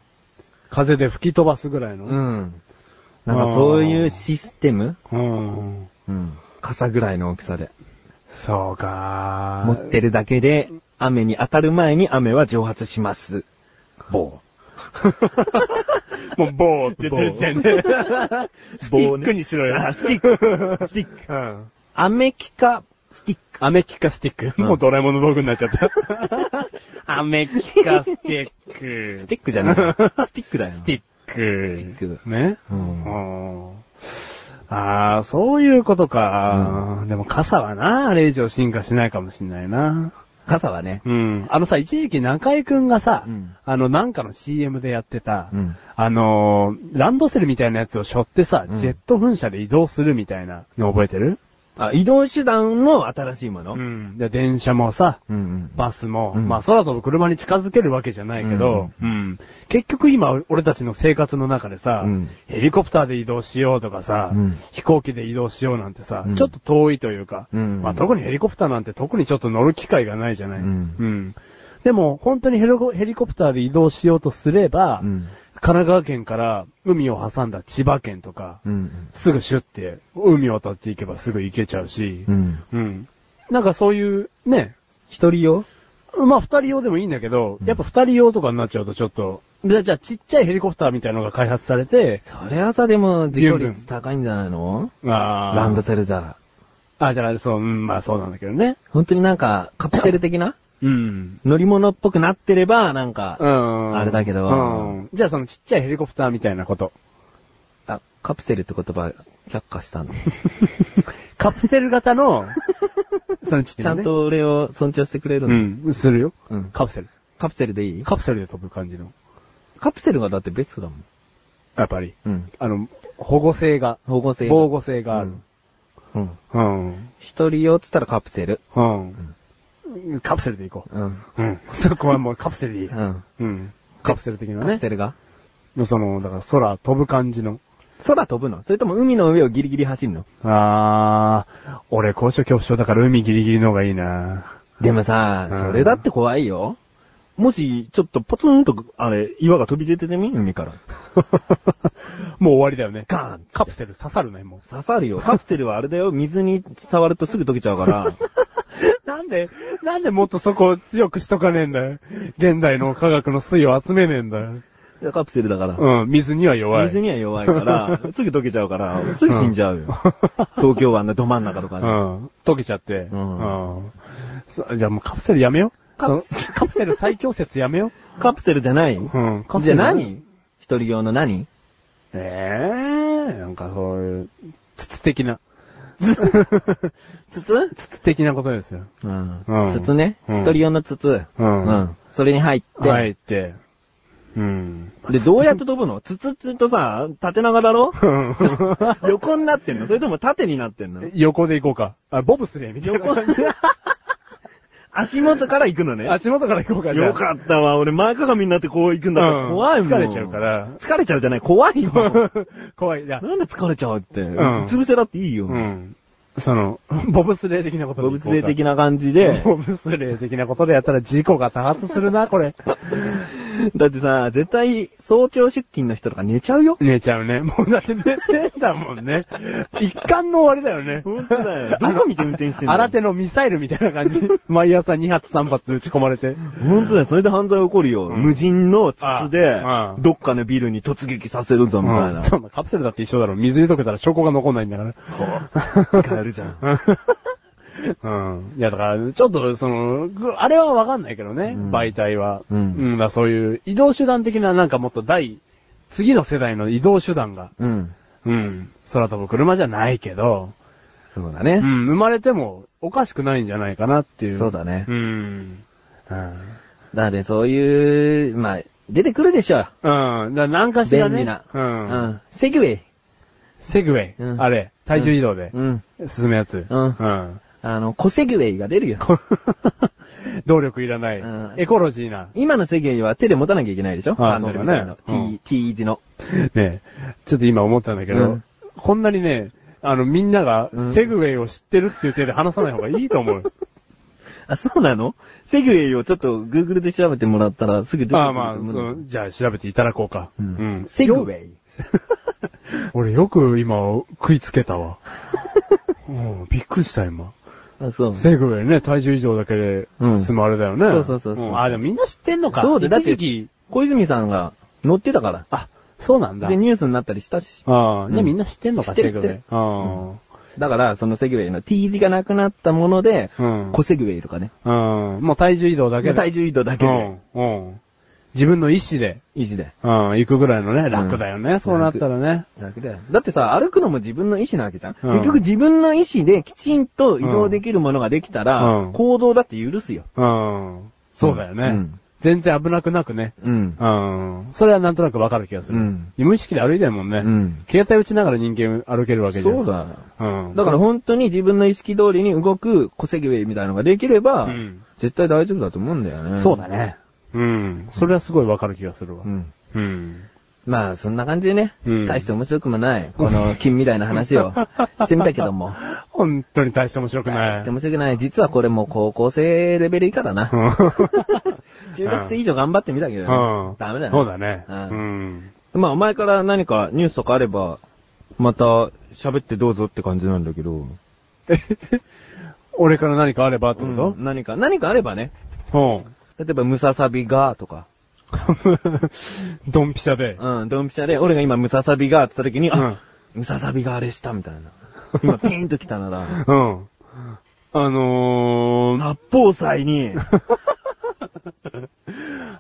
風で吹き飛ばすぐらいの。
うん。なんかそういうシステム
うん。
うん。傘ぐらいの大きさで。
そうか
持ってるだけで、雨に当たる前に雨は蒸発します。棒。
もう、ボーって言ってる時点で。スティックにしろよ。スティック。
スティック。
うん。
雨気か、スティック。
アメキかスティック。
うん
もうドラえもんの道具になっち ゃった。アメキかスティッ ク。
スティックじゃない。スティックだよ。
スティック。
スティック
ね。
うん
うんああ、そういうことか、でも傘はな、あれ以上進化しないかもしんないな。
傘はね。
うん。あのさ、一時期中井くんがさ、
うん
あの、なんかの CM でやってた、
うん
あのー、ランドセルみたいなやつを背負ってさ、
うん
ジェット噴射で移動するみたいなの覚えてる
あ、移動手段の新しいもの。
ん。で、電車もさ、
うんうん
バスも、
うん
まあ空飛ぶ車に近づけるわけじゃないけど、うん。結局今、俺たちの生活の中でさ、
うん
ヘリコプターで移動しようとかさ、
うん
飛行機で移動しようなんてさ、
うん
ちょっと遠いというか、
うん
まあ特にヘリコプターなんて特にちょっと乗る機会がないじゃない。
うん
でも、本当にヘリコヘリコプターで移動しようとすれば、
うん
神奈川県から海を挟んだ千葉県とか、
うん
すぐシュって海を渡っていけばすぐ行けちゃうし、
うん。
うん。なんかそういう、ね、
一人用
まあ二人用でもいいんだけど、やっぱ二人用とかになっちゃうとちょっと、じゃあじゃあちっちゃいヘリコプターみたいのが開発されて、
それはさ、でも、自己率高いんじゃないの
あー
ランドセルじゃ。
あ、じゃあそう、うん、まあそうなんだけどね。
本当になんか、カプセル的 な
うん。
乗り物っぽくなってれば、なんか、
うん。
あれだけど
うん。じゃあそのちっちゃいヘリコプターみたいなこと。
あ、カプセルって言葉、却下した の。
カプセル 型の、そのちっち
ち
ゃ
ゃ
い、
ん
ね。
と俺を尊重してくれる
う
の、
ん、するよ。
うん
カプセル。
カプセルでいい
カプセルで飛ぶ感じの。
カプセルがだってベストだもん。
やっぱり。
うん。
あの、保護性が、
保護性が。
防護性がある。
うん。
うん。
一人用っつったらカプセル。
うん。カプセルで行こ
うん。
う。うん。そこはもうカプセルでいい。
うん。
うん。カプセル的な
カプ
ね。
セルが
その、だから空飛ぶ感じの。
空飛ぶのそれとも海の上をギリギリ走るの
あー、俺高所恐怖症だから海ギリギリの方がい いな
でもさ、
うん
それだって怖いよ。もし、ちょっとポツンと、あれ、岩が飛び出ててみ海 から。
もう終わりだよね。
ガーンっつって
カプセル刺さるね、も
刺さるよ。カプセルはあれだよ。水に触るとすぐ溶けちゃう から。
う。なんで、なんでもっとそこを強くしとかねえんだよ。現代の科学の水を集めねえんだよ。
カプセルだから。
うん、水には弱い。
水には弱い から、すぐ溶けちゃうから、すぐ死んじゃうよ。東京湾のど真ん中とか
う
ね。
ん。溶けちゃって。
ん
うんそじゃあもうカプセルやめよう。
カプ
そのカプセル最強説やめよ
カプセルじゃない、
う。うん。カプ
じ
セ
ゃあ
ル
何一人用の何
ええなんかそういう、筒的 な、
筒
筒的なことですよ。
うん
うん
筒ね。
う
一
ん
人用の筒。
うん
それに入って。
入って。 うん。
で、どうやって飛ぶの筒つとさ、縦長だ ろ横になってんのそれとも縦になってんの
横で行こうか。あ、ボブスレーみたいな感じ。
足元から行くのね。
足元から行こうか、じゃあ
よかったわ。俺前かがみになってこう行くんだから、
うん
怖いもん。
疲れちゃうから
疲れちゃうじゃない。怖いよ。
怖い。じゃあ
なんで疲れちゃうって。
ん
潰せだっていいよ。
うん。その、ボブスレー的なことで
動
行こう
物
か
性的な感じで。
ボブスレー的なことでやったら事故が多発するな、これ。
だってさ、絶対早朝出勤の人とか寝ちゃうよ。
寝ちゃうね。 もうだって寝てんだもんね。一貫の終わりだよね。
本当 だよ。どこ見て運転してんの
新手のミサイルみたいな感じ。 毎朝2発3発打ち込まれて。
本当だよ。それで犯罪起こるよ。
ん
無人の筒で
ああ、
どっかのビルに突撃させるぞ、みたいな。
そんなカプセルだって一緒だろ。水に溶けたら証拠が残んないんだから。
使えるじゃん。
うん。いや、だから、ちょっと、その、ぐあれはわかんないけどね、
うん
媒体は。
うん
うん、だからそういう移動手段的な、なんかもっと第、次の世代の移動手段が、
うん。
うん、空飛ぶ車じゃないけど、
そうだ
う
ね。
ん、生まれてもおかしくないんじゃないかなっていう。
そうだね
う。ん。うん。
なので、そういう、まあ、出てくるでしょう。
うん。だ何かしら
便
ね。
利な。
うん。
うん。セグウェイ。
セグウェイ。
うん
あれ、体重移動で、
うん。
進むやつ。
うん
うん。
あの、小セグウェイが出るよ。
こ動力いらない、
うん
エコロジーな。
今のセグウェイは手で持たなきゃいけないでしょ
あ
の
そうだね
みたいな
うん
T、T 字の。
ねえちょっと今思ったんだけど、
うん
こんなにね、あの、みんなが
うん、
セグウェイを知ってるっていう手で話さない方がいいと 思う。
あ、そうなのセグウェイをちょっと Google で調べてもらったらすぐ出てくる
あ
と
あまあ、
思
そ
うんだ
の、じゃあ調べていただこうか。
う
うんん。
セグウ
よ
ェイ。
俺よく今、食いつけ たわ。うん、びっくりした今。
あ、そう。
セグウェイね、体重以上だけで
うん
済むあれだよね。
そうそうそうそうん
あ、でもみんな知ってんのか。
そうだ、だっ
一
て
時期。、
小泉さんが乗ってたから。
あ、そうなんだ。
で、ニュースになったりしたし。
ああ、じゃ
う
あ
ん
みんな知ってんの
知
か、
ってる
セグウ
知っ
ェ
て
イ。あ
だから、そのセグウェイの T 字がなくなったもので、
あ。うん。
小セグウェイとかね。
うん。もう体重移動だけで。
体重移動だけで、
うん。うん。自分の意志で、
維持で。
うん、行くぐらいのね、楽だよね、そうなったらね。
楽だよ。だってさ、歩くのも自分の意思なわけじゃん、
うん
結局自分の意思できちんと移動できるものができたら、
うん
行動だって許すよ。
うん。そうだよね、
うん
全然危なくなくね。
うん。
うん。それはなんとなくわかる気がする。
うん
無意識で歩いてるもんね。
うん
携帯打ちながら人間歩けるわけじゃん。
そう。だ。
うん。
だから本当に自分の意識通りに動く小セグウェイみたいなのができれば、
うん
絶対大丈夫だと思うんだよね。
そうだ。ね。うん。それはすごいわかる気がするわ。
うん。
うん。
まあ、そんな感じでね、
うん
大して面白くもない、この金みたいな話 をしてみたけども。
本当に大して面白く
大
な
し
い。
て面白くない。実はこれもう高校生レベル以下だな。中学生以上頑張ってみたけどね。
うん。
ダメだよ。
そうだね。
う
うんん。
まあ、お前から何かニュースとかあれば、また喋ってどうぞって感じなんだけど。
俺から何かあればって
う
こ
ん
と、
何か、何かあればね。
うん。
例えば、ムササビがとか。
ドンピシャで。
うん、ドンピシャで、俺が今ムササビがって言った時に、
う
あ
ん、
ムササビがあれしたみたい な。今ピンときたなら、
うん。あのー、
八宝菜に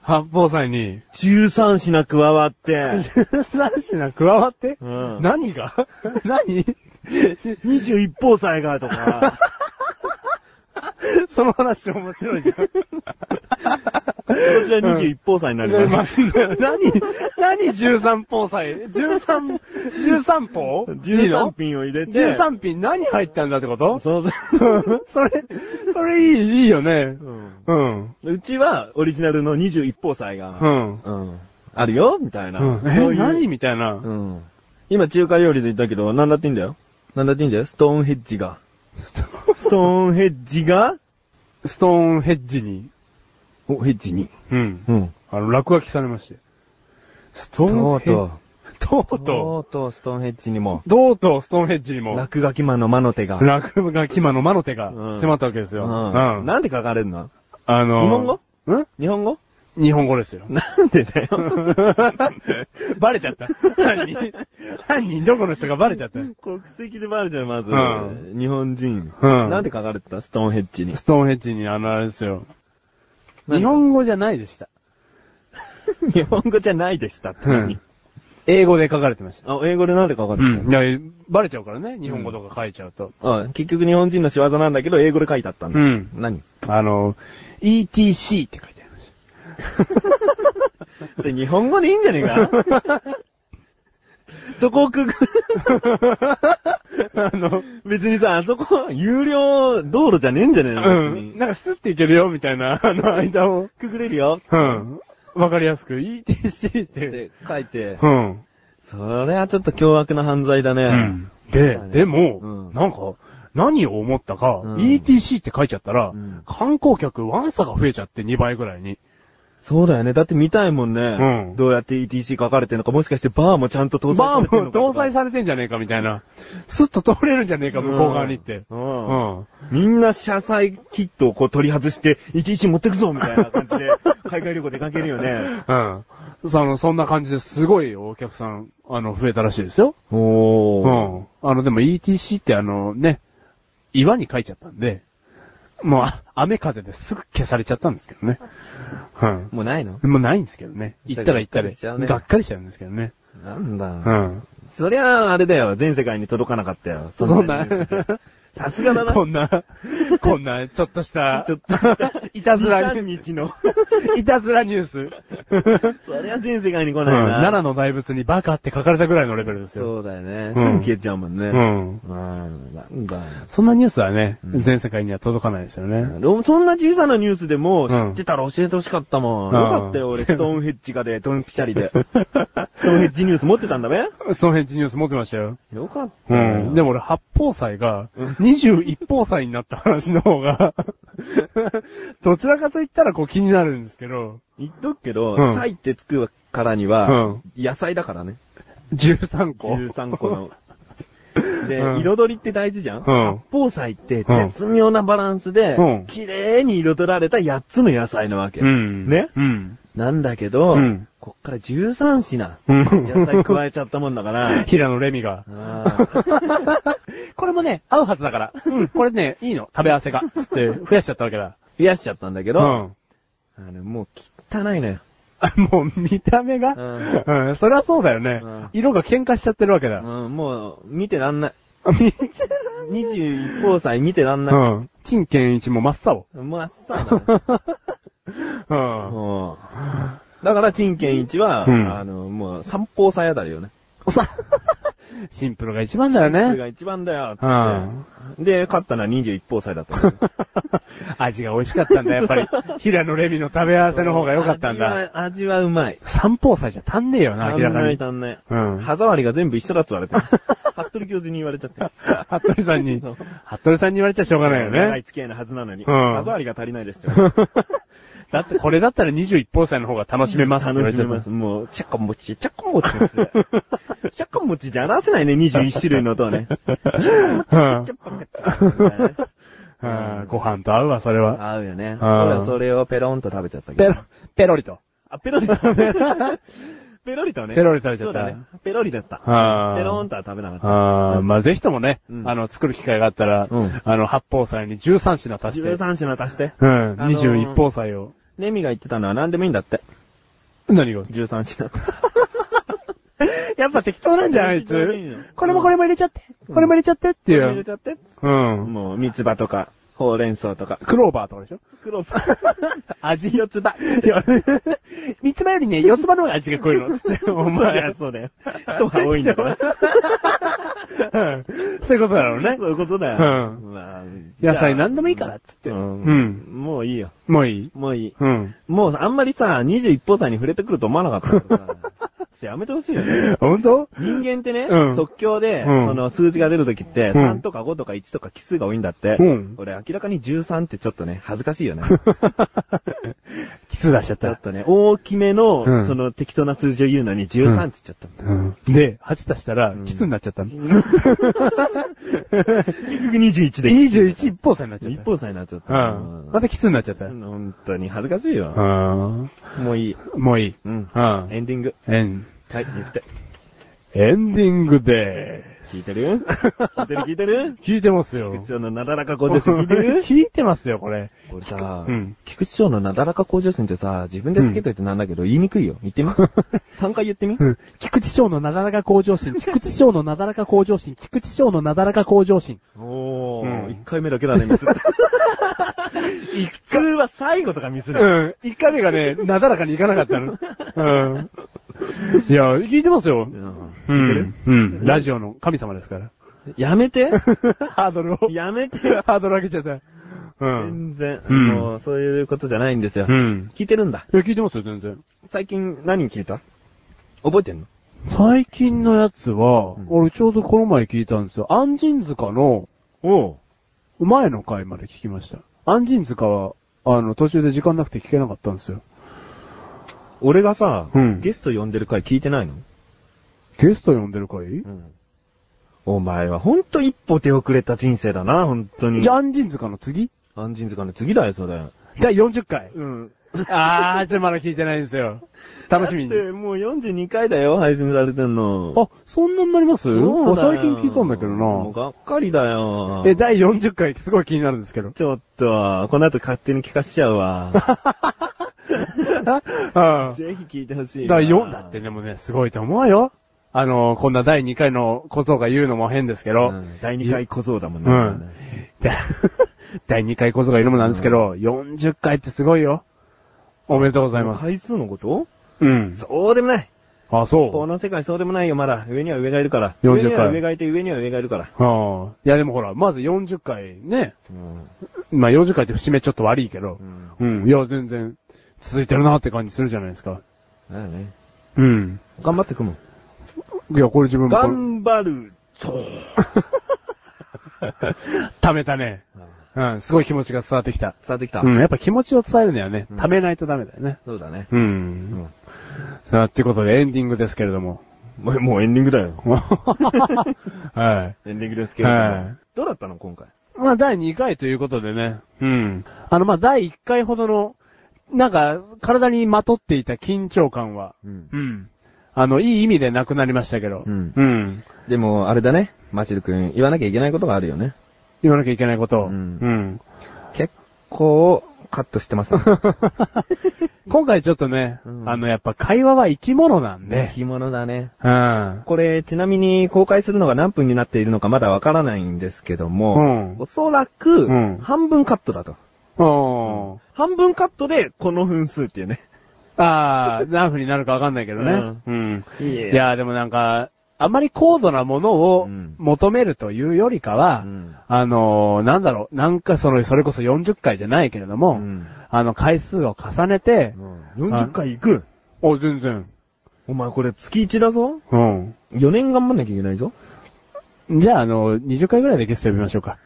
八宝菜 に、
13品加わ って、
13品加わって、
うん
何が 何
21宝菜がとか。
その話面白いじゃん。こ
こちら21宝菜になりました。
何何13宝菜 ?13、13宝いい
13
の
品を入れて、
13品何入ったんだってこと
その
それ、それいい、いいよね。うん。
うちはオリジナルの21宝菜が、
うん。
うんあるよみたいな。
うん、
そういう
え、何みたいな。
うん。今中華料理で言ったけど、なんだっていいんだよ。なんだっていいんだよ。ストーンヘッジが。ストーンヘッジが、
ストーンヘッジに、
お、ヘッジに。
うん。
ん。
あの、落書きされまして。ストー
と
ン
う
ヘッ
と
ジ。とう
う。と
と
うとうストーンヘッジにも
う。、とうとうストーンヘッジにも、
落書き魔の魔の手が。
落書き魔の魔の手が
うん
迫ったわけです
う
よ。
ん。
あ
なんで書かれるの
の、
日本語
ん
日本語。
日本語ですよ
なんでだよ。
バレちゃった。犯人、犯人どこの人がバレちゃった。
国籍でバレちゃう、まず。
う
日本人。
うん
なんで書かれてたストーンヘッジに
ス。トーンヘッジにあの、あれですよ。
何
日本語じゃないでした。
日本語じゃないでしたって何。
うん英語で書かれてました。
あ、英語でなんで書かれてたの
いや、バレちゃうからね、日本語とか書いちゃうと。
あ結局日本人の仕業なんだけど、英語で書いてあったんだ。
うん
何
あの、ETC って書いてありまし
それ日本語でいいんじゃねえか そこをくぐ、
た。あの、
別にさ、あそこ、有料道路じゃねえんじゃねえの
う
別に
ん。なんかスッていけるよ、みたいな、あの間を。
くぐれるよ
うん。わかりやすく、ETC っ。
ってて書いて、
うん。
それはちょっと凶悪な犯罪だね。
うん。で、で
うん
も、なんか、何を思ったか、
うん
ETC って書いちゃったら
うん、
観光客ワンサが増えちゃって2倍ぐらいに。
そうだよね。だって見たいもんね。
うん
どうやって ETC 書かれてるのか、もしかしてバーもちゃんと搭載さ
バ
れて
ー
る
も
のかとか。
搭載されてんじゃねえかみたいな。 スッと通れるんじゃねえか、向こう側にって。
う
うんん。
みんな車載キットをこう取り外して、ETC 持ってくぞみたいな感じで、 海外旅行出かけるよね。
うん。その、そんな感じですごいお客さん、あの、増えたらしいですよ。う
おー。
ん。あの、でも ETC ってあの、ね、岩に書いちゃったんで、もう、あ雨風ですぐ消されちゃったんですけどね。うん。
もうないの
もうないんですけどね。行ったら行った
がっか
ら
りしちゃうね
がっかりしちゃうんですけどね。
なん
う
だ。
ん。
そりゃあ、あれだよ。全世界に届かなかったよ。
そんな、
さすがだな。
こ んな、こんな、ちょっとした、
ちょっとした、
いたずら
2、3日 の。
いたずらニュース。
そりゃ全世界に来
うん
ないな。
奈良の大仏にバカって書かれたぐらいのレベルです
そ
よ。
うだよね。す
う
ぐ
ん
消えちゃうもんね。
う
うん。
ん。
なんだ。
そんなニュースはね、
うん
全世界には届かないですよね。
ろそんな小さなニュースでも
う
知
ん
ってたら教えてほしかったもん。
うん
よかったよ、俺、ストーンヘッジがで、 ドンピシャリで。ストーンヘッジニュース持ってたんだべ
その辺ニュース持ってましたよ。
よかった
う
よ。
ん。でも俺、八方斎が、21方斎になった話の 方が、どちらかと言ったらこう気になるんですけど、
言っとくけど、
うん
サイってつくからに
う
は
ん、
野菜だからね。
13個。
13個 の。で、
うん
彩りって大事じゃん、
うん
八宝菜って絶妙なバランスで
うん、
綺麗に彩られた8つの野菜なわけ。
うん。
ね
うん。
なんだけど、
うん
こっから13品、
うん
野菜加えちゃったもんだ から、
平野レミが。
あー
これもね、合うはずだから。うん、これね、いいの。食べ合わせが。つって、増やしちゃったわけだ。
増やしちゃったんだけ
う
ど、
ん。
あのもう汚いのよ。
あもう、見た目が、
う
うん。そりゃそうだよね、
うん
色が喧嘩しちゃってるわけだ。
うん、もう見てらんない。
見
21宝菜見てらん
う
ない。
ん。陳建一も真っ 青。
もうあっさいな。
うん。
もうだから、陳建一は、
うん
あの、もう、三宝菜あたりよね。
さ、シンプルが一番だよ
それ
ね。
が一番だよ、つ
う
っ
ん。
て。で、勝ったのは21宝菜だったのよ。
味が美味しかったんだ、やっぱり。平野レミの食べ合わせの方が良かったんだ。
味は、味はうまい。
三宝菜じゃ足んねえよな、
足
明ら
ん
か
な
に
い。足んない。
うん。
歯触りが全部一緒だって言われ て。服部教授に言われちゃって。
服部さんに
そう、
服部さんに言われちゃしょうがないよ
長い
ね。
付き合いのはずなのに。
うん
歯触りが足りないですよ。
だって、これだったら21本歳の方が楽しめますって言わ
楽
れ
し
ちゃ
め
っ
ます。
た。
もう、チャカモチ、チャカモチですよ。チャカモチじゃ表せないね、21種類の音はね。
うん
チャパカチャパカ
うんご飯と合うわ、それは。
合うよね。
ん
俺はそれをペロンと食べちゃったけ
ペ
ど
ロ。、ペロリと。
あ、ペロリだ。ペロリだね。
ペロリ食べちゃ
そう
った
だね。ペロリだった。ペ
あー
ロンとは食べなかった。
あーまあぜひともね、
うん
あの、作る機会があったら、
うん
あの、八宝菜に13品足して、
13品足して。
うん、
あのー
21宝菜を。
レミが言ってたのは何でもいいんだって。
何が
13品。
やっぱ適当なんじゃん、あい
適当でいいの
つ。これもこれも入れちゃって、これも入れちゃってってい
入れ
う
ち。ゃって。
うん。
もう、三つ葉とか、ほうれん草とか。
クローバーと かでしょ
黒パ
味四つ葉。三つ葉よりね、四つ葉の方が味が濃いの。つ って、 お
ン。そうだ
前
よ、。そうだよ。人が多いん だから。
うんそういうことだろうね
そ。ういうことだよ。
う
まあ
野菜何でもいいから、つっ
じ
て。
ゃあ
う
うん
ん。
もういいよ。
もういい
もういい。
うん。
もうあんまりさ、21歩歳に触れてくると思わなかった からさやめてほしいよね。
本当
人間ってね、
うん
即興で、
うん
その数字が出るときって、
うん
3とか5とか1とか奇数が多いんだって、
うん
俺明らかに13ってちょっとね、恥ずかしい よね。
キス出しちゃっ。
ちょったとね、大きめの、
うん
その適当な数字を言うのに13って言っちゃった。
うんで、8足したら
ん、
キスになっちゃったの。
結局21で。
21一方差になっちゃっ
一
た。
歩歳になっちゃった。
うん。またキスになっちゃった。
う
うん
本当に恥ずかしいよ。
ん。
もういい。
もういい。
うん。
うん。
エンディング。
エン、
はい、言って。
エンディングで
聞いてる聞いてる聞いて る
ーす。聞いてますよ。
菊池のなだらか向上心聞いてる
聞いてますよ、これ。
俺さ、
うん
菊池のなだらか向上心ってさ、自分でつけといてなんだけど、言いにくいよ。言って み ?3 回言ってみ
うん。菊池翔のなだらか向上心、菊池翔のなだらか向上心、菊池翔のなだらか向上心。
お
う
ー、
ん
一1回目だけだね、ミスった。普通は最後とかミス
う
る。
ん。一回目がね、なだらかにいかなかったの。うん。いや、聞いてます
う。
よ
ん
うん。うん。ラジオの神様ですから。
やめて
ハードルを。
やめてよ。
ハードル上げちゃった。う
全
ん。
然、
うん
もう、そういうことじゃないんですよ。
うん。
聞いてるんだ。
いや、聞いてますよ、全然。
最近何聞いた覚えてんの
最近のやつは
うん、
俺ちょうどこの前聞いたんですよ。安人塚の
おう。
前の回まで聞きました。安人塚は、あの、途中で時間なくて聞けなかったんですよ。
俺がさ、
うん
ゲスト呼んでる回聞いてないの
ゲスト呼んでる回、
お前はほんと一歩手遅れた人生だな、ほんとに。
じゃあ、安人塚の次
安心塚の次だよ、それ。
第40回。
うん。
あー、ちょ、まだ聞いてないんですよ。楽しみに
だっ。てもう42回だよ、配信されてんの。
あ、そんなになります
そう
あ
だよ
最近聞いたんだけ
もう
ど
がっかりだよ
な。。え、第40回すごい気になるんです けど。
ちょっと、この後勝手に聞かせちゃう わ。
あ
ぜひ聞いてほしいわ。
第4だってでもね、すごいと思うよ。あの、こんな第2回の小僧が言うのも変ですけ
う
ど。
ん。第2回小僧だもんね。
うんで 第2回小僧が言うのもなんですけど、40回ってすごいよ。おめでとうございます。
回数のこと
うん。
そうでもない。
あ、
こ
そ
の世界そうでもないよ、まだ。上には上がいるから。
40
上には
回
上がいて、上には上がいるから。
う。うん。いや、でもほら、まず40回ね。
うん。
まあ40回って節目ちょっと悪いけど。うん。いや、全然、続いてるなって感じするじゃないですか。
だよね。
うん。
頑張ってくもん。
いや、これ自分もこれ。
頑張る ぞ。
貯めたね。
伝
うん、すごい気持ちが伝わってきた。
わってきた。
うん、やっぱ気持ちを伝えるにはね、
うん
貯めないとダメだよね。
そうだね。
う。
うんん
さあ、ってことでエンディングですけれ ども。
もうもうエンディングだよ。
は
エンディングですけれど
はい
も。どうだったの今回。
い。まあ、第2回ということでね。うん。あの、まあ、第1回ほどの、なんか、体にまとっていた緊張感は、
うん
うん。あの、いい意味でなくなりましたけど、
うん
うん。
でも、あれだね。マシル君、言わなきゃいけないことがあるよね。
言わなきゃいけないことを。
うん
うん
結構、カットしてますね。
今回ちょっとね、
うん
あの、やっぱ会話は生き物なんで、
着物だ ね。
うん。
これ、ちなみに公開するのが何分になっているのかまだわからないんですけども、
うん
おそらく
うん、
半分カットだと。
おー。
半分カットで、この分数っていうね。
ああ、何分になるかわかんないけどね。うん。
い
いやーでもなんか、あんまり高度なものを
うん
求めるというよりかは、
うん
あのーなんだろう、なんかその、それこそ40回じゃないけれども、
うん
あの、回数を重ねて、
40回行く
お、全然、
お前これ月1だぞ
うん。
?4 年頑張んなきゃいけないぞ
じゃあ、あのー、20回ぐらいでゲスト呼びましょうか。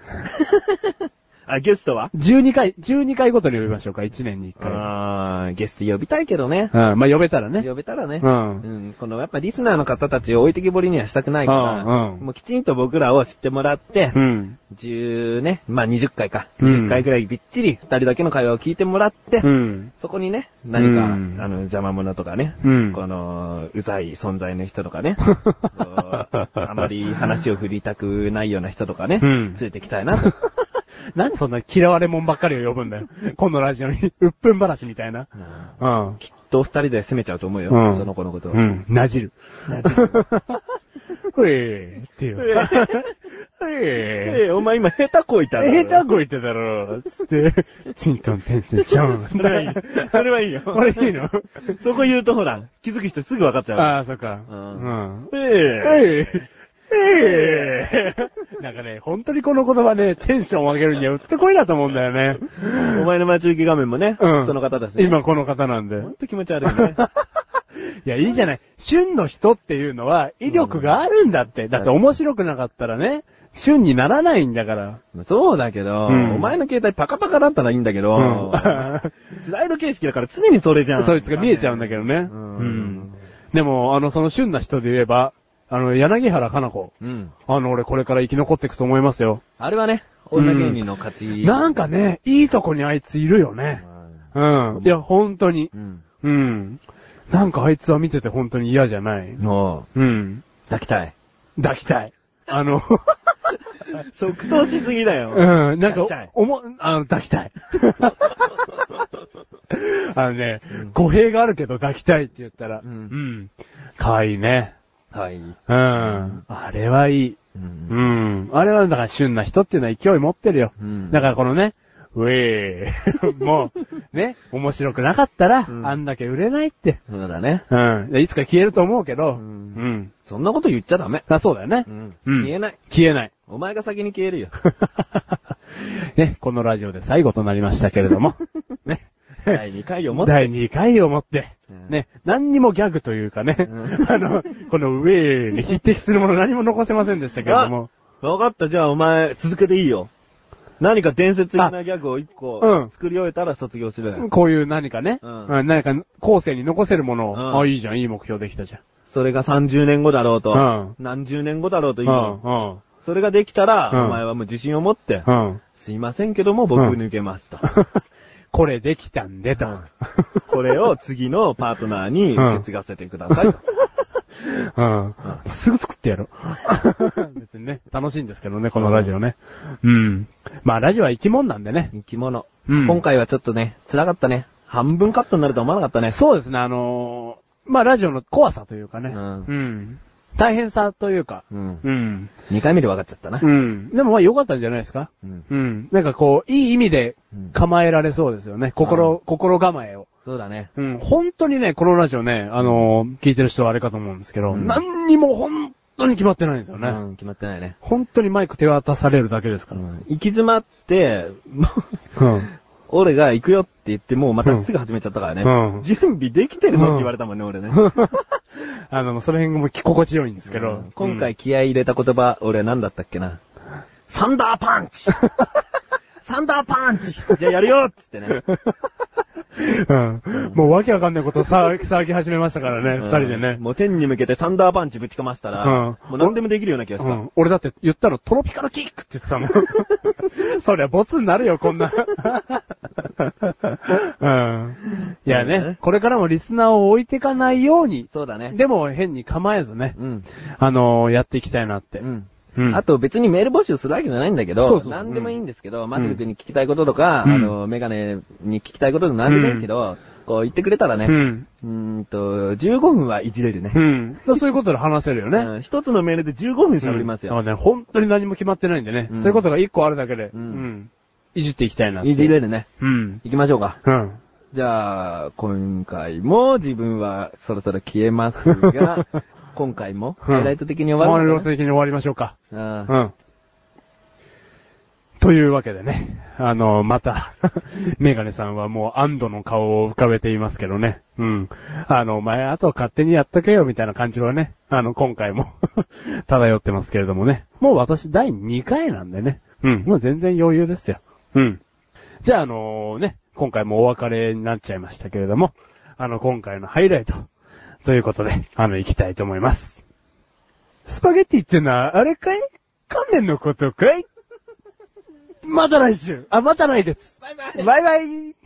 あ、ゲストは
12回、12回ごとに呼びましょうか、1年に1回。
あー、ゲスト呼びたいけどね。
うん、まあ、呼べたらね。
呼べたらね。
うん
うん。この、やっぱリスナーの方たちを置いてきぼりにはしたくないから、
うんうん
もうきちんと僕らを知ってもらって、
うん。
10ね、まあ20回か。
うん
20回くらいびっちり二人だけの会話を聞いてもらって、
うん。
そこにね、何か、
うん
あの、邪魔者とかね、
うん
この、うざい存在の人とか ね、こうあまり話を振りたくないような人とかね、
うん
ついてきたいな と。
なんでそんな嫌われ者ばっかりを呼ぶんだよ。このラジオに。うっぷん話みたいな。うん。
きっと二人で攻めちゃうと思うよ、
うん
その子のことを。
うん。なじる。 ふえーって いう。ふえ
ええ、お前今下手こいた
ー。
な
えー、こいてだろ。つって、チントンテンチンチョン。
それはいい。 それはいいよ。
これいいの
そこ言うとほら、気づく人すぐ分かっちゃう。
ああ、そっか。う
うん
ん。
ええ。
えー。えー。なんかね、本当にこの言葉ね、テンション上げるにはうってこいだと思うんだよね。
お前の待ち受け画面もね、
うん
その方ですね。
今この方なんで。
ほんと気持ち悪いね。
いや、いいじゃない。旬の人っていうのは威力があるんだって。だって面白くなかったらね、旬にならないんだから。
そうだけど、
うん
お前の携帯パカパカだったらいいんだけど、
う
スライド形式だから常にそれじゃん。
そいつが見えちゃうんだけどね。う
うん
ん。でも、あの、その旬な人で言えば、あの、柳原かな子。
うん。
あの、俺これから生き残っていくと思いますよ。
あれはね、女芸人の勝ち。
なんかね、いいとこにあいついるよね。うん。いや、本当に
う。ん。
うん。なんかあいつは見てて本当に嫌じゃない。
も
うん。
う、抱きたい。
抱きたい。あの、
即答しすぎだよ。
うん、なん
抱きた
か
い、
おも、あの、抱きたい。 あのね、語弊があるけど抱きたいって言ったら、う。
うんん
かわいいね。
はい。
うん。あれはいい。
う。
うんん。あれは、だから、旬な人っていうのは勢い持ってるよ。
うん
だから、このね、ウェ ーもう、ね、面白くなかったら、
うん
あんだけ売れないって。
そうだね。
うん。でいつか消えると思うけど、うんん。
そんなこと言っちゃダメ。
あそうだよね。
うん
うん
消えない。
消えない。
お前が先に消える よ。
ね、このラジオで最後となりましたけれ ども、ね。
第2回をもって。
第2回をもって、
うん
ね、何にもギャグというかね、 あの、このウェーに匹敵するもの何も残せませんでしたけれども、
わかった、じゃあお前、続けていいよ。何か伝説的なギャグを一
うん
個、作り終えたら卒業する。
こういう何かね、
うん
うん何か後世に残せるものを、
うん
あ、いいじゃん、いい目標できたじゃん。
それが30年後だろうと、
うん
何十年後だろうと
う
いうの、
ん、
それができたら、
うん
お前はもう自信を持って、
うん、うん。
すいませんけども僕
うん
抜けますと。
これできたんでと。
これを次のパートナーに受け継がせてくだ さいと。
うん。すぐ作ってやろう。 別にね、楽しいんですけどね、このラジオね。うん。まあ、ラジオは生き物なんでね。
生き物。
うん
今回はちょっとね、辛かったね。半分カットになるとは思わなかったね。
そうですね、あのーまあ、ラジオの怖さというかね。
うん
うん大変さというか。
うん。
うん。
2回目で分かっちゃったな。
うん。でもまあ良かったんじゃないですか
うん
うん。なんかこう、いい意味で
うん
構えられそうですよね。心、心構えを。
そうだね。
うん。本当にね、このラジオね、あのー聞いてる人はあれかと思うんですけど、
うん
何にも本当に決まってないんですよね。
うん、決まってないね。
本当にマイク手渡されるだけで
う
すから。
ん。行き詰まって、もう
うん。
俺が行くよって言ってもうまたすぐ始めちゃったからね。
うん
準備できてるのって言われたもんね、俺ね。
あの、その辺も聞き心地よいんですけど。
うん今回気合い入れた言葉、俺何だったっけな。サンダーパン チサンダーパンチじゃあやるよっつってね。
うん、もうわけわかんないこと を騒ぎ騒ぎ始めましたからね、二、人で
うん
ね。
もう天に向けてサンダーパンチぶちかましたら、
うん
もう何でもできるような気がし
う
た。
ん、俺だって言ったのトロピカルキックって言ってたも ん。そりゃボツになるよ、こんな。うん、いやね、これからもリスナーを置いてかないように、
そうだね。
でも変に構えずね、
うん。
あのーやっていきたいなって。
うん。
うん
あと別にメール募集するわけじゃないんだけど、
そうそう
何でもいいんですけど、マスル君に聞きたいこととか、
うん
あの、メガネに聞きたいことでも何でもいいけど、こう言ってくれたらね、
う。
うんーんと、15分はいじれるね
う。ん。そういうことで話せるよね。
うん一つのメールで15分喋ります
うん
よ。
だからね、本当に何も決まってないんでね。
うん
そういうことが一個あるだけで、う。
うんん
いじっていきたいなって。
いじれるね。
うん。
行きましょうか。
うん。
じゃあ、今回も自分はそろそろ消えます が、今回もハイライト的に終わる
る。
の
ワ
か
的に終わりましょうか。
な、
う
あ
ん。というわけでね、あの、また、 メガネさんはもう安堵の顔を浮かべていますけどね。うん。あの、お前、あと勝手にやっとけよ、みたいな感じはね、あの、今回も、 漂ってますけれどもね。もう私、第2回なんでね。うん。もう全然余裕ですよ。うん。じゃあ、あのね、今回もお別れになっちゃいましたけれども、あの、今回のハイライト、ということで、あの、行きたいと思います。スパゲティってのは、あれかい乾麺のことかいまた来週あ、また来月バイバイバイバイ